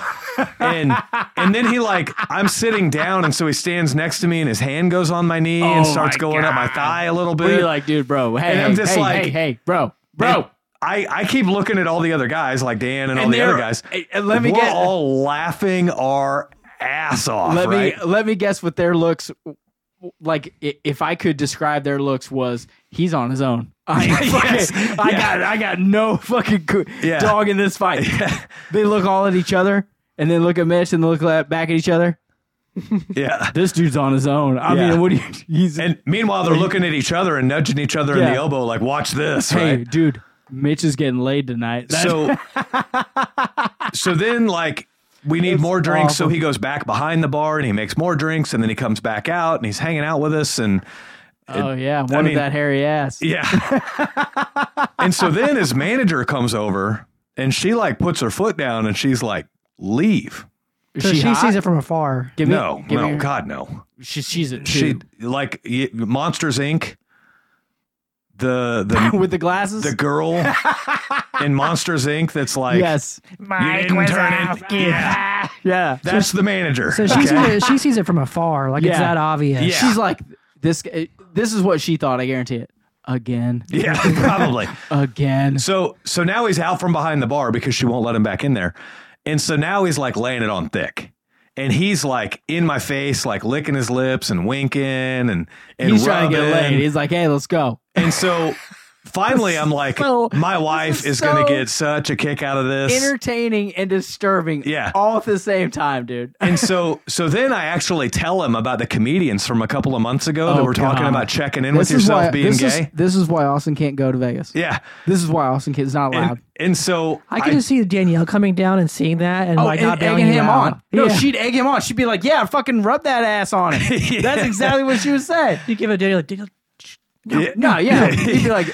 Speaker 1: and and then he like I'm sitting down, and so he stands next to me, and his hand goes on my knee and
Speaker 2: Oh
Speaker 1: starts
Speaker 2: my
Speaker 1: going up my
Speaker 2: God.
Speaker 1: thigh a little
Speaker 2: Where
Speaker 1: bit.
Speaker 2: you're like, dude, bro. Hey,
Speaker 1: And
Speaker 2: hey,
Speaker 1: I'm just
Speaker 2: hey,
Speaker 1: like-
Speaker 2: hey, hey, bro, bro.
Speaker 1: I, I keep looking at all the other guys, like Dan and, all
Speaker 2: And
Speaker 1: the other
Speaker 2: they're-
Speaker 1: guys.
Speaker 2: Hey, and let me
Speaker 1: We're
Speaker 2: get-
Speaker 1: all laughing our ass off.
Speaker 2: let
Speaker 1: right?
Speaker 2: me let me guess what their looks like. i- If I could describe their looks, was he's on his own. I,
Speaker 1: Yes.
Speaker 2: fucking- I
Speaker 1: Yeah.
Speaker 2: got I got no fucking co-
Speaker 1: Yeah.
Speaker 2: dog in this fight. They look all at each other and then look at Mitch and look at, back at each other.
Speaker 1: yeah.
Speaker 2: This dude's on his own. I
Speaker 1: Yeah.
Speaker 2: mean, what do you? He's
Speaker 1: And meanwhile, they're looking at each other and nudging each other in
Speaker 2: Yeah.
Speaker 1: the elbow, like, watch this,
Speaker 2: hey,
Speaker 1: right?
Speaker 2: dude. Mitch is getting laid tonight. That's-
Speaker 1: So, so then like we need more drinks. So
Speaker 2: awful.
Speaker 1: he goes back behind the bar and he makes more drinks, and then he comes back out and he's hanging out with us, and
Speaker 2: oh yeah, one
Speaker 1: mean-
Speaker 2: of that hairy ass.
Speaker 1: yeah. and so then his manager comes over and she like puts her foot down and she's like, leave.
Speaker 2: Is
Speaker 3: So she,
Speaker 2: hot?
Speaker 3: sees it from afar.
Speaker 2: Give me-
Speaker 1: No,
Speaker 2: give me
Speaker 1: no,
Speaker 2: your-
Speaker 1: God, no.
Speaker 2: She, she's a two.
Speaker 1: She like y- Monsters Inc. The the
Speaker 2: with the glasses.
Speaker 1: the girl in Monsters Inc. That's like
Speaker 2: yes.
Speaker 1: you didn't turn it. Yeah.
Speaker 2: Yeah.
Speaker 1: That's the manager.
Speaker 3: So she, sees it, she sees it from afar. Like it's
Speaker 2: Yeah.
Speaker 3: that obvious.
Speaker 1: Yeah.
Speaker 2: She's like, this. eh, This is what she thought. I guarantee it. Again,
Speaker 1: yeah, probably.
Speaker 2: again.
Speaker 1: So so now he's out from behind the bar because she won't let him back in there. And so now he's like laying it on thick. And he's like in my face, like licking his lips and winking and and
Speaker 2: He's trying to get
Speaker 1: rubbing.
Speaker 2: laid. He's like, hey, let's go.
Speaker 1: And so finally I'm like,
Speaker 2: So-
Speaker 1: my wife is,
Speaker 2: is
Speaker 1: gonna
Speaker 2: so
Speaker 1: get such a kick out of this.
Speaker 2: Entertaining and disturbing.
Speaker 1: Yeah.
Speaker 2: All at the same time, dude.
Speaker 1: and so so then I actually tell him about the comedians from a couple of months ago that
Speaker 2: Oh,
Speaker 1: were talking
Speaker 2: God.
Speaker 1: about checking in with yourself being
Speaker 2: this
Speaker 1: gay.
Speaker 2: Is, this is why Austin can't go to Vegas.
Speaker 1: yeah.
Speaker 2: This is why Austin can't, it's not allowed.
Speaker 1: And, oh and so
Speaker 3: I can just see Danielle coming down and seeing that and
Speaker 2: Oh,
Speaker 3: like not
Speaker 2: and
Speaker 3: bailing
Speaker 2: egging
Speaker 3: you
Speaker 2: him
Speaker 3: out.
Speaker 2: on. No,
Speaker 3: Yeah.
Speaker 2: she'd egg him on. She'd be like, "Yeah, fucking rub that ass on it." That's exactly what she would say.
Speaker 3: You give a Danielle, Danielle
Speaker 1: yeah,
Speaker 2: No, yeah, he'd be like,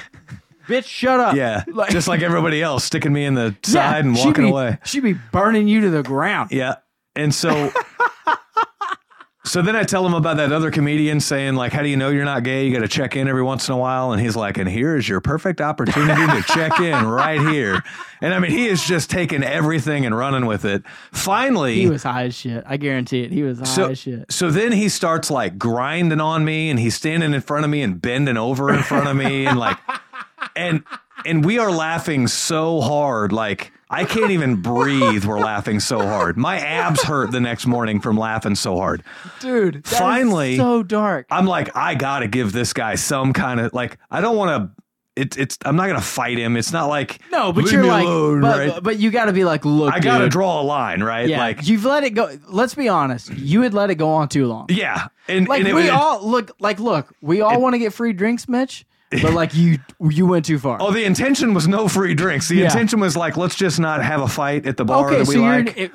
Speaker 2: "Bitch, shut up."
Speaker 1: Yeah, just like everybody else, sticking me in the
Speaker 2: Yeah,
Speaker 1: side and
Speaker 2: she'd
Speaker 1: walking
Speaker 2: be-
Speaker 1: away.
Speaker 2: She'd be burning you to the ground.
Speaker 1: Yeah, and so, So then I tell him about that other comedian saying, like, how do you know you're not gay? You got to check in every once in a while. And he's like, and here is your perfect opportunity to check in right here. And I mean, he is just taking everything and running with it. Finally,
Speaker 2: He was high as shit. I guarantee it. He was high
Speaker 1: so,
Speaker 2: as shit.
Speaker 1: so then he starts like grinding on me and he's standing in front of me and bending over in front of me and like and and we are laughing so hard like I can't even breathe. We're laughing so hard. My abs hurt the next morning from laughing so hard.
Speaker 2: Dude, that is
Speaker 1: Finally-
Speaker 2: so dark.
Speaker 1: I'm like, I gotta give this guy some kind of like. I don't want to. It's it's. I'm not gonna fight him. It's not like
Speaker 2: No, but
Speaker 1: leave
Speaker 2: you're
Speaker 1: me
Speaker 2: like,
Speaker 1: alone,
Speaker 2: but,
Speaker 1: right?
Speaker 2: but, but you got to be like, look,
Speaker 1: I gotta
Speaker 2: dude.
Speaker 1: draw a line, right?
Speaker 2: Yeah,
Speaker 1: Like,
Speaker 2: you've let it go. Let's be honest, you had let it go on too long.
Speaker 1: yeah, and
Speaker 2: Like
Speaker 1: and it
Speaker 2: we
Speaker 1: was-
Speaker 2: all look, like look, we all want to get free drinks, Mitch, but like you, you went too far.
Speaker 1: Oh, the intention was no free drinks. The
Speaker 2: Yeah.
Speaker 1: intention was like, let's just not have a fight at the bar that we
Speaker 2: you're.
Speaker 1: like.
Speaker 2: it-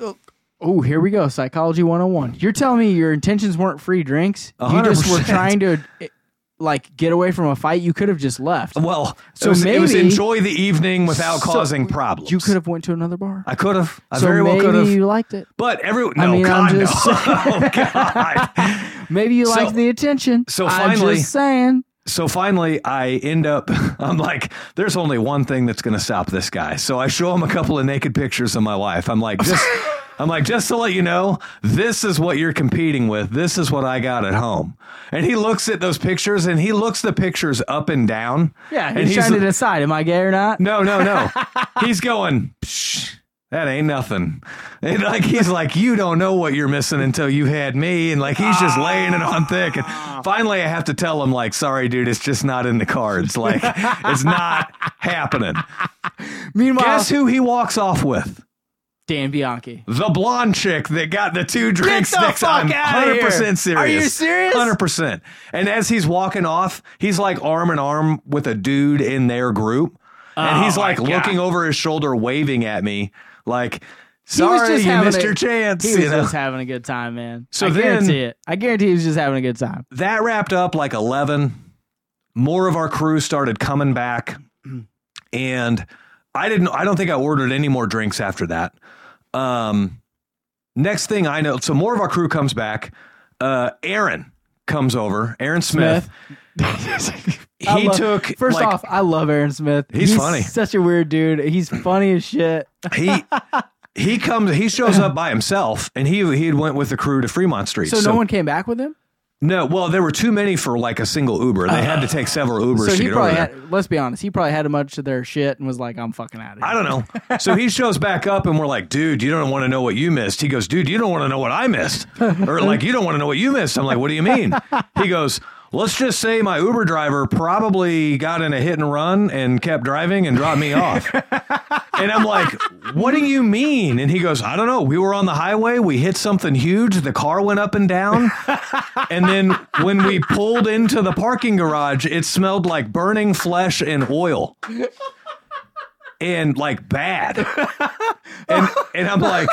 Speaker 2: Oh, here we go. Psychology 101. You're telling me your intentions weren't free drinks. You just were
Speaker 1: 100%.
Speaker 2: trying to eh, like get away from a fight. You could have just left.
Speaker 1: well,
Speaker 2: So
Speaker 1: it, was, it was
Speaker 2: maybe-
Speaker 1: enjoy the evening without
Speaker 2: So
Speaker 1: causing problems.
Speaker 2: You could have went to another bar.
Speaker 1: I could have. I
Speaker 2: so
Speaker 1: very well
Speaker 2: maybe
Speaker 1: could have.
Speaker 2: you liked it.
Speaker 1: But every no,
Speaker 2: mean, I'm
Speaker 1: God, no.
Speaker 2: just-
Speaker 1: oh God.
Speaker 2: Maybe you liked the attention.
Speaker 1: so
Speaker 2: I'm
Speaker 1: finally-
Speaker 2: just saying.
Speaker 1: So finally, I end up. I'm like, there's only one thing that's going to stop this guy. So I show him a couple of naked pictures of my wife. I'm like, just. I'm like, just to let you know, this is what you're competing with. This is what I got at home. And he looks at those pictures and he looks the pictures up and down.
Speaker 2: Yeah,
Speaker 1: and
Speaker 2: he's, trying to decide: am I gay or not?
Speaker 1: no, no, no. he's going, Psh, that ain't nothing. And like he's like, you don't know what you're missing until you've had me. And like he's just laying it on thick. And finally I have to tell him, like, sorry, dude, it's just not in the cards. Like, it's not happening.
Speaker 2: Meanwhile,
Speaker 1: Guess who he walks off with?
Speaker 2: Dan Bianchi.
Speaker 1: The blonde chick that got the two drinks
Speaker 2: the
Speaker 1: next
Speaker 2: fuck
Speaker 1: I'm
Speaker 2: outta here.
Speaker 1: 100% serious.
Speaker 2: Are you serious?
Speaker 1: 100%. And as he's walking off, he's like arm in arm with a dude in their group. And
Speaker 2: Oh
Speaker 1: he's like looking over his shoulder, waving at me, like, sorry,
Speaker 2: just
Speaker 1: you
Speaker 2: having
Speaker 1: missed
Speaker 2: a-
Speaker 1: your chance.
Speaker 2: He
Speaker 1: you
Speaker 2: was
Speaker 1: know?
Speaker 2: just having a good time, man.
Speaker 1: So
Speaker 2: I
Speaker 1: then-
Speaker 2: guarantee it. I guarantee he was just having a good time.
Speaker 1: that wrapped up like 11 more of our crew started coming back and i didn't i don't think i ordered any more drinks after that um next thing i know so more of our crew comes back uh aaron comes over aaron smith,
Speaker 2: I
Speaker 1: he
Speaker 2: love-
Speaker 1: took
Speaker 2: First
Speaker 1: like,
Speaker 2: off, I love Aaron Smith.
Speaker 1: He's funny.
Speaker 2: Such a weird dude. He's funny as shit.
Speaker 1: he he comes he shows up by himself and he he had went with the crew to fremont street
Speaker 2: So, no one came back with him.
Speaker 1: no well there were too many for like a single uber they had to take several ubers
Speaker 2: So
Speaker 1: to
Speaker 2: he
Speaker 1: get over
Speaker 2: probably
Speaker 1: there.
Speaker 2: had. Let's be honest. He probably had a bunch of their shit and was like, "I'm fucking out of
Speaker 1: I
Speaker 2: here."
Speaker 1: don't know. So he shows back up and we're like, dude, you don't want to know what you missed. He goes, dude, you don't want to know what I missed. Or like, you don't want to know what you missed. I'm like, what do you mean? He goes, let's just say my Uber driver probably got in a hit and run and kept driving and dropped me off. And I'm like, what do you mean? And he goes, I don't know. We were on the highway. We hit something huge. The car went up and down. And then when we pulled into the parking garage, it smelled like burning flesh and oil and like bad. and and I'm like,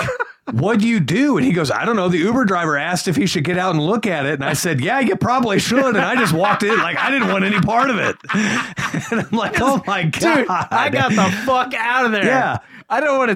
Speaker 1: what do you do? And he goes, I don't know. The Uber driver asked if he should get out and look at it. And I said, Yeah, you probably should. And I just walked in like I didn't want any part of it. And I'm like, oh my God.
Speaker 2: Dude, I got the fuck out of there.
Speaker 1: Yeah.
Speaker 2: I don't want to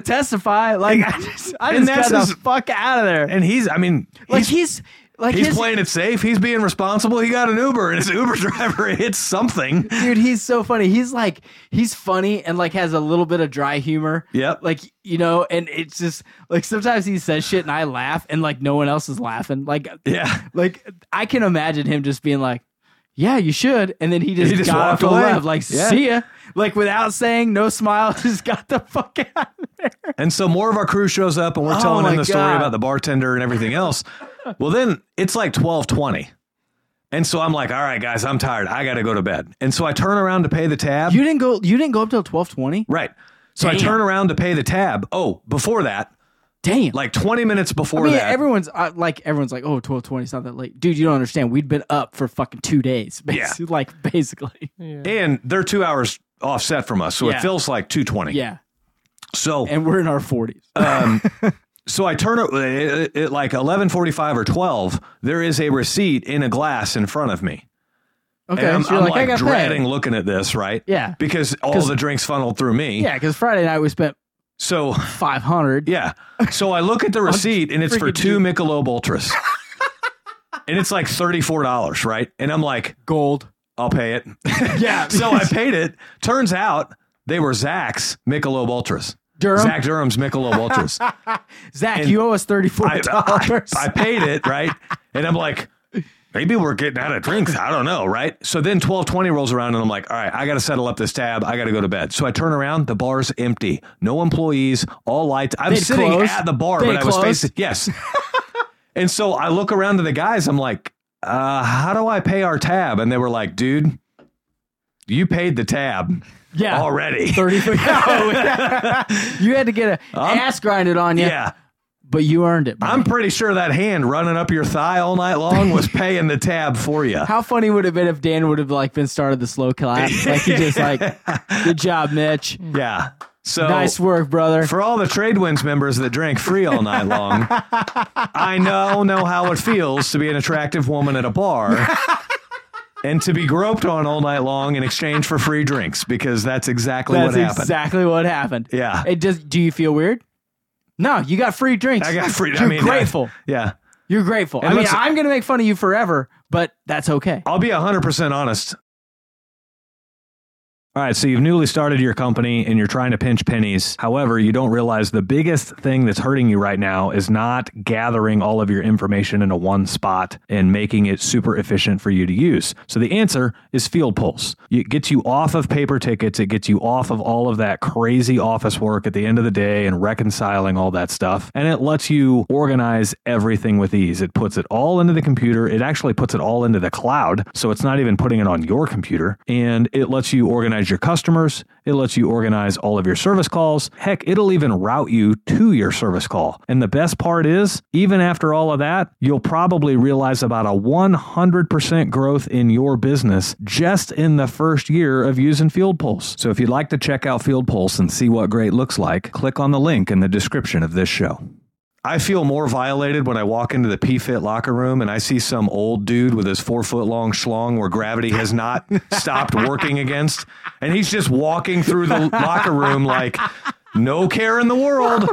Speaker 2: testify. Like, I just, I
Speaker 1: And
Speaker 2: just got
Speaker 1: that's
Speaker 2: the
Speaker 1: his-
Speaker 2: fuck out of there.
Speaker 1: and he's I mean
Speaker 2: Like
Speaker 1: he's,
Speaker 2: he's, like
Speaker 1: he's
Speaker 2: his,
Speaker 1: playing it safe. He's being responsible. He got an Uber and his Uber driver hits something.
Speaker 2: dude he's so funny he's like he's funny and like has a little bit of dry humor
Speaker 1: Yep.
Speaker 2: like you know and it's just like sometimes he says shit and i laugh and like no one else is laughing like
Speaker 1: Yeah.
Speaker 2: like i can imagine him just being like yeah you should and then he just,
Speaker 1: He just
Speaker 2: got
Speaker 1: walked
Speaker 2: up and
Speaker 1: away.
Speaker 2: left like
Speaker 1: Yeah.
Speaker 2: see ya like without saying no smile just got the fuck out of there
Speaker 1: And so more of our crew shows up and we're
Speaker 2: Oh
Speaker 1: telling
Speaker 2: my
Speaker 1: him the story
Speaker 2: God.
Speaker 1: about the bartender and everything else. well, then it's like 1220. And so I'm like, all right, guys, I'm tired. I got to go to bed. And so I turn around to pay the tab.
Speaker 2: you didn't go you didn't go up till 1220
Speaker 1: right. So I
Speaker 2: Damn.
Speaker 1: turn around to pay the tab. Oh, before that,
Speaker 2: damn
Speaker 1: like 20 minutes before
Speaker 2: I mean,
Speaker 1: that.
Speaker 2: everyone's uh, like, everyone's like, oh, 1220 is not that late. Dude, you don't understand. We'd been up for fucking two days. Basically. Like, basically.
Speaker 1: and they're two hours offset from us. So
Speaker 2: Yeah.
Speaker 1: it feels like 220.
Speaker 2: Yeah.
Speaker 1: So
Speaker 2: And we're in our 40s.
Speaker 1: Uh, So I turn it- it at like 11:45 or 12. There is a receipt in a glass in front of me.
Speaker 2: okay.
Speaker 1: And I'm,
Speaker 2: so you're
Speaker 1: I'm
Speaker 2: like, I
Speaker 1: like
Speaker 2: got
Speaker 1: dreading
Speaker 2: paid.
Speaker 1: looking at this, right?
Speaker 2: Yeah.
Speaker 1: Because all the drinks funneled through me.
Speaker 2: Yeah. Because Friday night we spent
Speaker 1: So
Speaker 2: 500.
Speaker 1: yeah. So I look at the receipt and it's for
Speaker 2: freaking
Speaker 1: two Michelob Ultras. and it's like $34, right? And I'm like,
Speaker 2: Gold.
Speaker 1: I'll pay it.
Speaker 2: Yeah.
Speaker 1: so I paid it. Turns out they were Zach's Michelob Ultras.
Speaker 2: Durham?
Speaker 1: Zach Durham's Michelob Ultras. I,
Speaker 2: Zach, you owe us
Speaker 1: I,
Speaker 2: $34.
Speaker 1: I- I paid it, right? And I'm like, maybe we're getting out of drinks. I don't know, right? So then 1220 rolls around and I'm like, all right, I got to settle up this tab. I got to go to bed. So I turn around. The bar's empty. No employees, all lights. I'm
Speaker 2: They'd
Speaker 1: sitting
Speaker 2: closed?
Speaker 1: at the bar,
Speaker 2: They'd
Speaker 1: but I was
Speaker 2: closed?
Speaker 1: facing, yes. and so I look around to the guys. I'm like, uh, how do I pay our tab? And they were like, dude, you paid the tab
Speaker 2: yeah.
Speaker 1: already.
Speaker 2: 34 You had to get a ass grinded on you,
Speaker 1: Yeah.
Speaker 2: but you earned it. buddy.
Speaker 1: I'm pretty sure that hand running up your thigh all night long was paying the tab for you.
Speaker 2: How funny would it have been if Dan would have like been started the slow clap? Like he just like, good job, Mitch.
Speaker 1: Yeah. So
Speaker 2: Nice work, brother.
Speaker 1: for all the Tradewinds members that drank free all night long, I know know how it feels to be an attractive woman at a bar and to be groped on all night long in exchange for free drinks because that's exactly
Speaker 2: That's
Speaker 1: what happened.
Speaker 2: exactly what happened.
Speaker 1: Yeah.
Speaker 2: It just do you feel weird? No, you got free drinks.
Speaker 1: I got free.
Speaker 2: You're
Speaker 1: I mean, I-
Speaker 2: grateful.
Speaker 1: yeah.
Speaker 2: You're grateful. I mean,
Speaker 1: listen-
Speaker 2: I'm gonna make fun of you forever, but that's okay.
Speaker 1: I'll be 100% honest. All right, so you've newly started your company and you're trying to pinch pennies. However, you don't realize the biggest thing that's hurting you right now is not gathering all of your information into one spot and making it super efficient for you to use. So the answer is Field Pulse. It gets you off of paper tickets, it gets you off of all of that crazy office work at the end of the day and reconciling all that stuff. And it lets you organize everything with ease. It puts it all into the computer. It actually puts it all into the cloud. So it's not even putting it on your computer. And it lets you organize your customers. It lets you organize all of your service calls. Heck, it'll even route you to your service call. And the best part is, even after all of that, you'll probably realize about a 100% growth in your business just in the first year of using Field Pulse. So if you'd like to check out Field Pulse and see what great looks like, click on the link in the description of this show. I feel more violated when I walk into the PFIT locker room and I see some old dude with his four foot long schlong where gravity has not stopped working against. And he's just walking through the locker room like, no care in the world.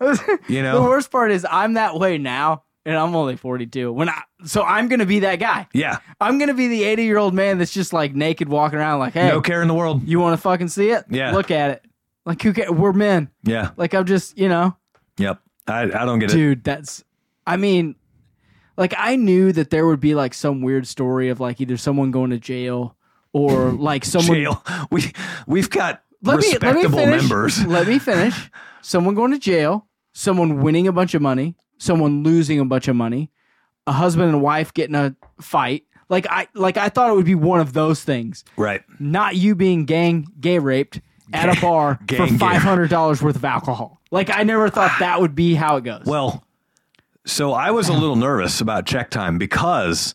Speaker 1: You
Speaker 2: The
Speaker 1: know?
Speaker 2: worst part is I'm that way now, and I'm only 42. When I so I'm gonna be that guy.
Speaker 1: Yeah.
Speaker 2: I'm gonna be the 80 year old man that's just like naked walking around like, hey,
Speaker 1: No care in the world.
Speaker 2: you want to fucking see it?
Speaker 1: Yeah.
Speaker 2: Look at it. Like who? Ca- we're men.
Speaker 1: Yeah.
Speaker 2: Like I'm just you know.
Speaker 1: Yep. I, I don't get it.
Speaker 2: dude that's i mean like i knew that there would be like some weird story of like either someone going to jail or like someone
Speaker 1: Jail. We, we've got
Speaker 2: let me let me
Speaker 1: respectable
Speaker 2: finish
Speaker 1: members.
Speaker 2: let me finish someone going to jail someone winning a bunch of money someone losing a bunch of money a husband and wife getting a fight like i like i thought it would be one of those things
Speaker 1: Right.
Speaker 2: not you being gang gay raped at a bar for
Speaker 1: Gang Ah. gay.
Speaker 2: $500 worth of alcohol like i never thought that would be how it goes
Speaker 1: Well, so I was a little nervous about check time because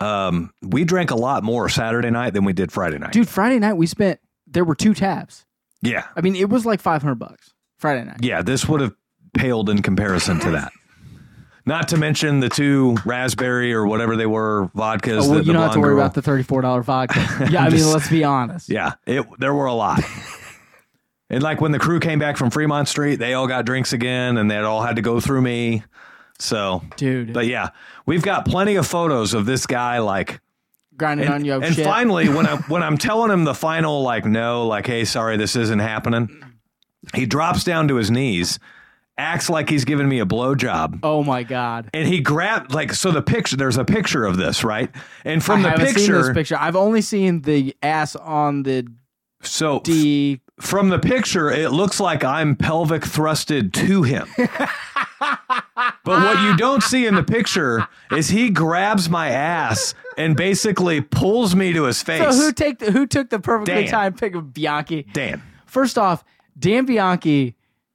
Speaker 1: um, we drank a lot more Saturday night than we did Friday night.
Speaker 2: dude friday night we spent there were two tabs
Speaker 1: Yeah.
Speaker 2: i mean it was like 500 bucks friday night
Speaker 1: Yeah. This would have paled in comparison to that. Not to mention the two raspberry or whatever they were vodkas.
Speaker 2: Oh, well
Speaker 1: that
Speaker 2: you
Speaker 1: the
Speaker 2: don't have to
Speaker 1: blonde
Speaker 2: worry
Speaker 1: girl-
Speaker 2: about the $34 vodka yeah i mean let's be honest
Speaker 1: Yeah, it there were a lot. and like when the crew came back from Fremont Street, they all got drinks again and they all had to go through me. So,
Speaker 2: dude
Speaker 1: but yeah, we've got plenty of photos of this guy like
Speaker 2: grinding on
Speaker 1: and,
Speaker 2: your
Speaker 1: and
Speaker 2: shit
Speaker 1: finally when I when I'm telling him the final like no, like hey, sorry, this isn't happening. He drops down to his knees, acts like he's giving me a blowjob.
Speaker 2: oh my god
Speaker 1: And he grabbed like so the picture there's a picture of this, right? And from
Speaker 2: I
Speaker 1: the
Speaker 2: haven't seen this
Speaker 1: picture,
Speaker 2: picture i've only seen the ass on the
Speaker 1: so
Speaker 2: d
Speaker 1: from the picture, it looks like I'm pelvic thrusted to him. but what you don't see in the picture is he grabs my ass and basically pulls me to his
Speaker 2: so
Speaker 1: face.
Speaker 2: who take the, who took the perfectly
Speaker 1: Dan.
Speaker 2: timed pick of bianchi
Speaker 1: Dan.
Speaker 2: first off dan bianchi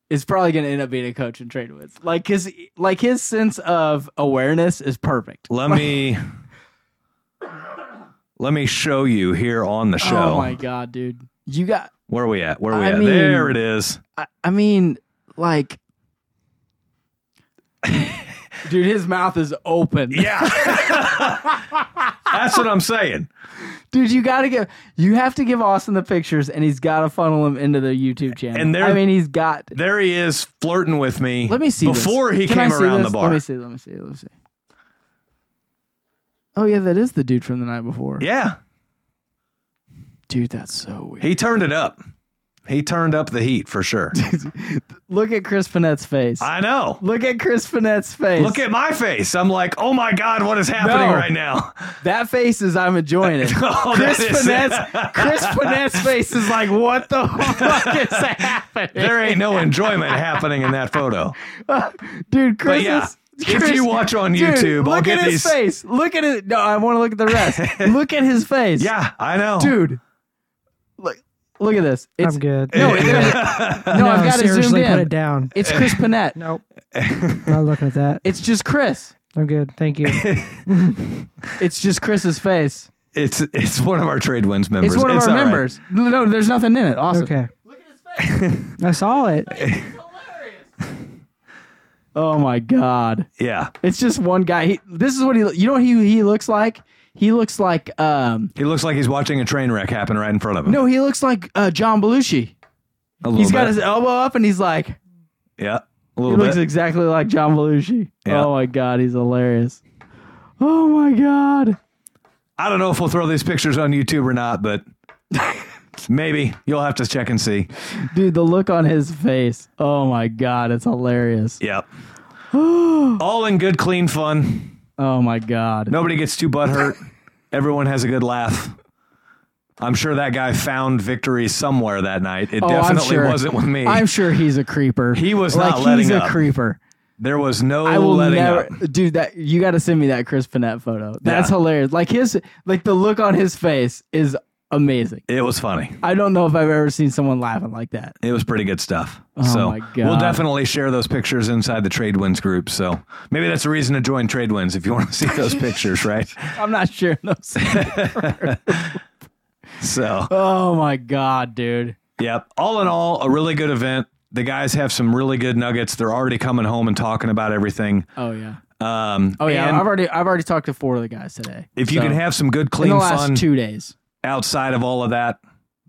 Speaker 2: is probably going to end up being a coach in trade with like his like his sense of awareness is perfect
Speaker 1: Let me let me show you here on the show.
Speaker 2: oh my god dude you got
Speaker 1: Where are we at? Where are we
Speaker 2: I
Speaker 1: at?
Speaker 2: mean-
Speaker 1: there it is.
Speaker 2: I, I mean, like, dude, his mouth is open.
Speaker 1: Yeah. That's what I'm saying.
Speaker 2: Dude, you gotta give, you have to give Austin the pictures, and he's gotta funnel him into the YouTube channel.
Speaker 1: And there-
Speaker 2: I mean, he's got.
Speaker 1: There he is flirting with me.
Speaker 2: Let me see. this.
Speaker 1: Before he
Speaker 2: Can I
Speaker 1: came
Speaker 2: see
Speaker 1: around
Speaker 2: this?
Speaker 1: the bar.
Speaker 2: Let me see. Let me see. Let me see. Oh yeah, that is the dude from the night before.
Speaker 1: Yeah.
Speaker 2: Dude, that's so weird.
Speaker 1: He turned it up. He turned up the heat for sure.
Speaker 2: Look at Chris Finette's face.
Speaker 1: I know.
Speaker 2: Look at Chris Finette's face.
Speaker 1: Look at my face. I'm like, oh my God, what is happening
Speaker 2: No.
Speaker 1: right now?
Speaker 2: that face is I'm enjoying it.
Speaker 1: Oh,
Speaker 2: Chris
Speaker 1: that is-
Speaker 2: Finette's Chris Finette's face is like, what the fuck is happening?
Speaker 1: There ain't no enjoyment happening in that photo.
Speaker 2: dude, Chris.
Speaker 1: yeah,
Speaker 2: is-
Speaker 1: if you watch on
Speaker 2: dude,
Speaker 1: YouTube, I'll
Speaker 2: look
Speaker 1: get
Speaker 2: at his
Speaker 1: these-
Speaker 2: face. Look at it. No, I want to look at the rest. look at his face.
Speaker 1: Yeah, I know.
Speaker 2: dude. Look, look at this. It's,
Speaker 3: I'm good.
Speaker 2: No, it- no, I've got it zoomed
Speaker 3: seriously, put it
Speaker 2: in.
Speaker 3: down.
Speaker 2: It's Chris Panette.
Speaker 3: Nope. Not looking at that.
Speaker 2: It's just Chris.
Speaker 3: I'm good. Thank you.
Speaker 2: It's just Chris's face.
Speaker 1: It's it's one of our trade winds members.
Speaker 2: It's one of our
Speaker 1: all right.
Speaker 2: members. No, there's nothing in it. Awesome.
Speaker 3: Okay. I saw it.
Speaker 2: Oh my god.
Speaker 1: Yeah.
Speaker 2: It's just one guy. He, this is what he. You know what he he looks like. He looks like um.
Speaker 1: He looks like he's watching a train wreck happen right in front of him.
Speaker 2: No, he looks like uh, John Belushi.
Speaker 1: a little
Speaker 2: He's got
Speaker 1: bit.
Speaker 2: his elbow up and he's like.
Speaker 1: yeah, a
Speaker 2: He
Speaker 1: little
Speaker 2: looks
Speaker 1: bit.
Speaker 2: exactly like John Belushi.
Speaker 1: Yeah.
Speaker 2: Oh my god, he's hilarious. Oh my god.
Speaker 1: I don't know if we'll throw these pictures on YouTube or not, but maybe you'll have to check and see.
Speaker 2: Dude, the look on his face. Oh my god, it's hilarious.
Speaker 1: Yep. All in good, clean fun.
Speaker 2: Oh my god.
Speaker 1: Nobody gets too butthurt. Everyone has a good laugh. I'm sure that guy found victory somewhere that night. It
Speaker 2: Oh, I'm
Speaker 1: definitely
Speaker 2: sure.
Speaker 1: wasn't with me.
Speaker 2: I'm sure he's a creeper.
Speaker 1: He was
Speaker 2: like,
Speaker 1: not letting
Speaker 2: he's
Speaker 1: up.
Speaker 2: a creeper.
Speaker 1: there was no
Speaker 2: I will
Speaker 1: letting
Speaker 2: never,
Speaker 1: up.
Speaker 2: dude. That you got to send me that Chris Panett photo. That's
Speaker 1: Yeah.
Speaker 2: hilarious. Like his, like the look on his face is amazing.
Speaker 1: It was funny.
Speaker 2: I don't know if I've ever seen someone laughing like that.
Speaker 1: It was pretty good stuff.
Speaker 2: Oh
Speaker 1: so
Speaker 2: my God.
Speaker 1: we'll definitely share those pictures inside the Tradewinds group. So maybe that's a reason to join Tradewinds if you want to see those pictures, right?
Speaker 2: I'm not sure. those.
Speaker 1: So
Speaker 2: oh my god, dude.
Speaker 1: Yep. All in all, a really good event. The guys have some really good nuggets. They're already coming home and talking about everything.
Speaker 2: Oh yeah.
Speaker 1: Um,
Speaker 2: Oh yeah.
Speaker 1: and
Speaker 2: I've already, I've already talked to four of the guys today.
Speaker 1: if you
Speaker 2: So,
Speaker 1: can have some good,
Speaker 2: in
Speaker 1: clean
Speaker 2: the last
Speaker 1: fun
Speaker 2: two days.
Speaker 1: outside of all of that,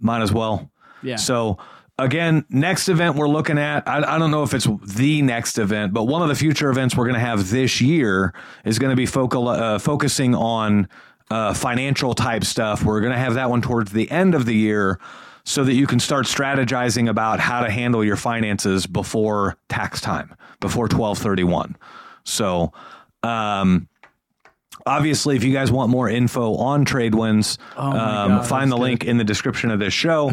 Speaker 1: might as well.
Speaker 2: Yeah.
Speaker 1: So, again, next event we're looking at, I, I don't know if it's the next event, but one of the future events we're going to have this year is going to be focal, uh, focusing on uh, financial type stuff. We're going to have that one towards the end of the year so that you can start strategizing about how to handle your finances before tax time, before 1231. So, um, obviously, if you guys want more info on TradeWinds,
Speaker 2: Oh my
Speaker 1: um,
Speaker 2: God,
Speaker 1: find the
Speaker 2: that's good.
Speaker 1: link in the description of this show.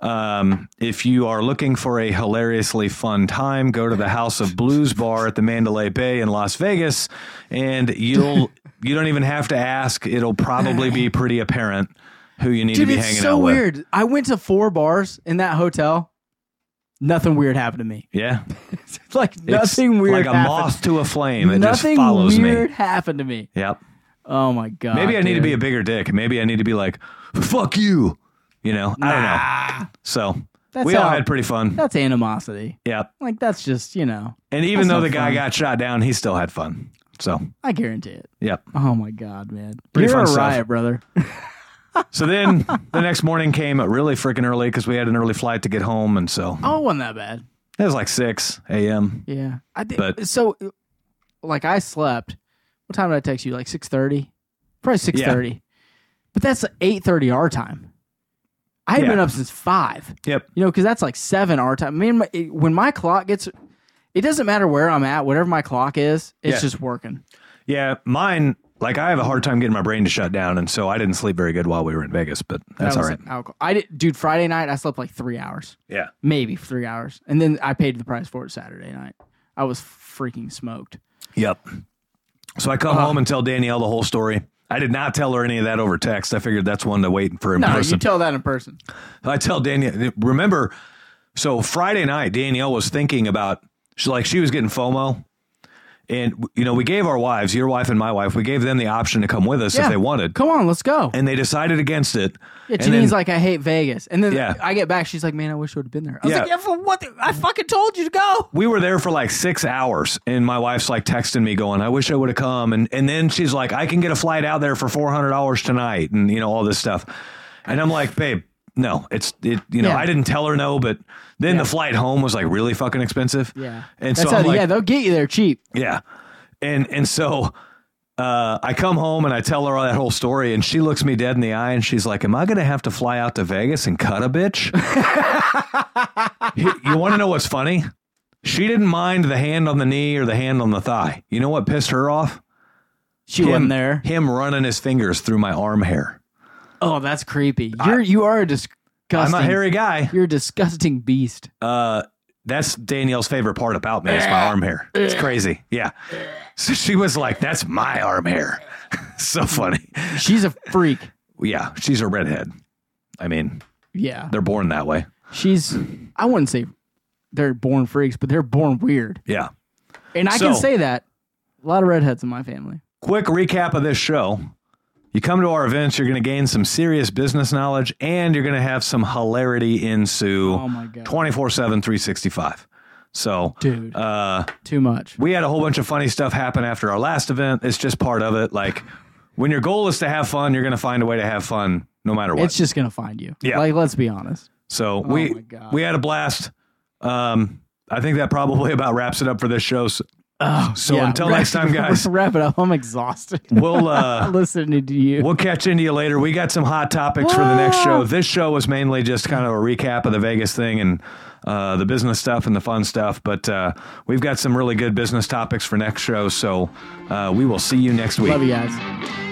Speaker 1: um, if you are looking for a hilariously fun time, go to the House of Blues Bar at the Mandalay Bay in Las Vegas, and you'll you don't even have to ask; it'll probably be pretty apparent who you need to
Speaker 2: Dude,
Speaker 1: be
Speaker 2: it's
Speaker 1: hanging
Speaker 2: so
Speaker 1: out with.
Speaker 2: weird. I went to four bars in that hotel. Nothing weird happened to me.
Speaker 1: Yeah,
Speaker 2: like
Speaker 1: It's
Speaker 2: nothing weird.
Speaker 1: like a
Speaker 2: happened.
Speaker 1: moth to a flame. It just
Speaker 2: nothing
Speaker 1: follows
Speaker 2: weird
Speaker 1: me.
Speaker 2: happened to me.
Speaker 1: Yep.
Speaker 2: Oh my god.
Speaker 1: Maybe I need to
Speaker 2: dude.
Speaker 1: be a bigger dick. Maybe I need to be like, fuck you. You know, I don't know. So
Speaker 2: Ah, That's
Speaker 1: we all
Speaker 2: how-
Speaker 1: had pretty fun.
Speaker 2: That's animosity.
Speaker 1: yeah.
Speaker 2: Like that's just you know.
Speaker 1: And even
Speaker 2: that's
Speaker 1: though
Speaker 2: not
Speaker 1: the guy
Speaker 2: fun.
Speaker 1: got shot down, he still had fun. So,
Speaker 2: I guarantee it.
Speaker 1: yeah.
Speaker 2: Oh my god, man.
Speaker 1: Pretty
Speaker 2: You're
Speaker 1: fun
Speaker 2: a
Speaker 1: stuff.
Speaker 2: riot, brother.
Speaker 1: So then the next morning came really freaking early because we had an early flight to get home. And so
Speaker 2: Oh, it wasn't that bad.
Speaker 1: it was like 6 a.m.
Speaker 2: Yeah. I did.
Speaker 1: But-
Speaker 2: so, like, I slept. What time did I text you? Like six thirty, probably six thirty. But that's eight thirty our time. I had
Speaker 1: Yeah.
Speaker 2: been up since five.
Speaker 1: Yep.
Speaker 2: You know, because that's like seven our time. I mean, my, it- when my clock gets, it doesn't matter where I'm at. Whatever my clock is, it's
Speaker 1: Yeah.
Speaker 2: just working.
Speaker 1: Yeah. Mine, like, I have a hard time getting my brain to shut down. And so I didn't sleep very good while we were in Vegas, but that's
Speaker 2: That
Speaker 1: all
Speaker 2: was
Speaker 1: right.
Speaker 2: Alcohol. I did, dude. Friday night, I slept like three hours,
Speaker 1: Yeah.
Speaker 2: maybe three hours, and then I paid the price for it Saturday night. I was freaking smoked.
Speaker 1: Yep. So I come
Speaker 2: Uh-huh.
Speaker 1: home and tell Danielle the whole story. I did not tell her any of that over text. I figured that's one to wait for in
Speaker 2: No, you
Speaker 1: person.
Speaker 2: tell that in person.
Speaker 1: I tell Danielle, remember, so Friday night, Danielle was thinking about, she, like, she was getting FOMO. And, you know, we gave our wives, your wife and my wife, we gave them the option to come with us if
Speaker 2: Yeah.
Speaker 1: they wanted.
Speaker 2: Come on, let's go.
Speaker 1: And they decided against it.
Speaker 2: Yeah,
Speaker 1: And then-
Speaker 2: Janine's like, I hate Vegas. And then
Speaker 1: Yeah.
Speaker 2: I get back, she's like, man, I wish I would have been there. I was
Speaker 1: Yeah.
Speaker 2: like, yeah, for what? the- I fucking told you to go.
Speaker 1: we were there for like six hours and my wife's like texting me going i wish i would have come and, and then she's like i can get a flight out there for $400 tonight and you know all this stuff and i'm like babe no it's it you know
Speaker 2: Yeah.
Speaker 1: i didn't tell her no but then the flight home was like really fucking expensive
Speaker 2: Yeah.
Speaker 1: and
Speaker 2: That's
Speaker 1: so
Speaker 2: how,
Speaker 1: i'm like
Speaker 2: yeah, they'll get you there cheap.
Speaker 1: yeah. And and so uh, I come home and I tell her all that whole story, and she looks me dead in the eye and she's like, Am I going to have to fly out to Vegas and cut a bitch? you want to know what's funny? She didn't mind the hand on the knee or the hand on the thigh. You know what pissed her off?
Speaker 2: She
Speaker 1: him,
Speaker 2: wasn't there.
Speaker 1: Him running his fingers through my arm hair.
Speaker 2: Oh, that's creepy. You're you are a disgusting.
Speaker 1: I'm a hairy guy.
Speaker 2: You're a disgusting beast.
Speaker 1: Uh, that's Danielle's favorite part about me. It's my arm hair. It's crazy. Yeah. So she was like, "That's my arm hair." so funny.
Speaker 2: She's a freak.
Speaker 1: Yeah, she's a redhead. I mean,
Speaker 2: Yeah.
Speaker 1: they're born that way.
Speaker 2: She's I wouldn't say they're born freaks, but they're born weird.
Speaker 1: Yeah.
Speaker 2: And I
Speaker 1: So-
Speaker 2: can say that. A lot of redheads in my family.
Speaker 1: Quick recap of this show. You come to our events, you're going to gain some serious business knowledge and you're going to have some hilarity ensue
Speaker 2: Oh my god.
Speaker 1: 24/7 365. So,
Speaker 2: Dude,
Speaker 1: uh
Speaker 2: too much.
Speaker 1: we had a whole bunch of funny stuff happen after our last event. It's just part of it. Like when your goal is to have fun, you're going to find a way to have fun no matter what.
Speaker 2: It's just gonna find you.
Speaker 1: Yeah.
Speaker 2: Like let's be honest.
Speaker 1: so we
Speaker 2: Oh my God.
Speaker 1: we had a blast. Um, I think that probably about wraps it up for this show. So, so
Speaker 2: Oh, Yeah,
Speaker 1: until
Speaker 2: wrap-
Speaker 1: next time, guys,
Speaker 2: wrap it up. I'm exhausted.
Speaker 1: we'll uh,
Speaker 2: Listening to you.
Speaker 1: we'll catch into you later. We got some hot topics for the next show. This show was mainly just kind of a recap of the Vegas thing and uh, the business stuff and the fun stuff. But uh, we've got some really good business topics for next show. So uh, we will see you next week.
Speaker 2: Love you guys.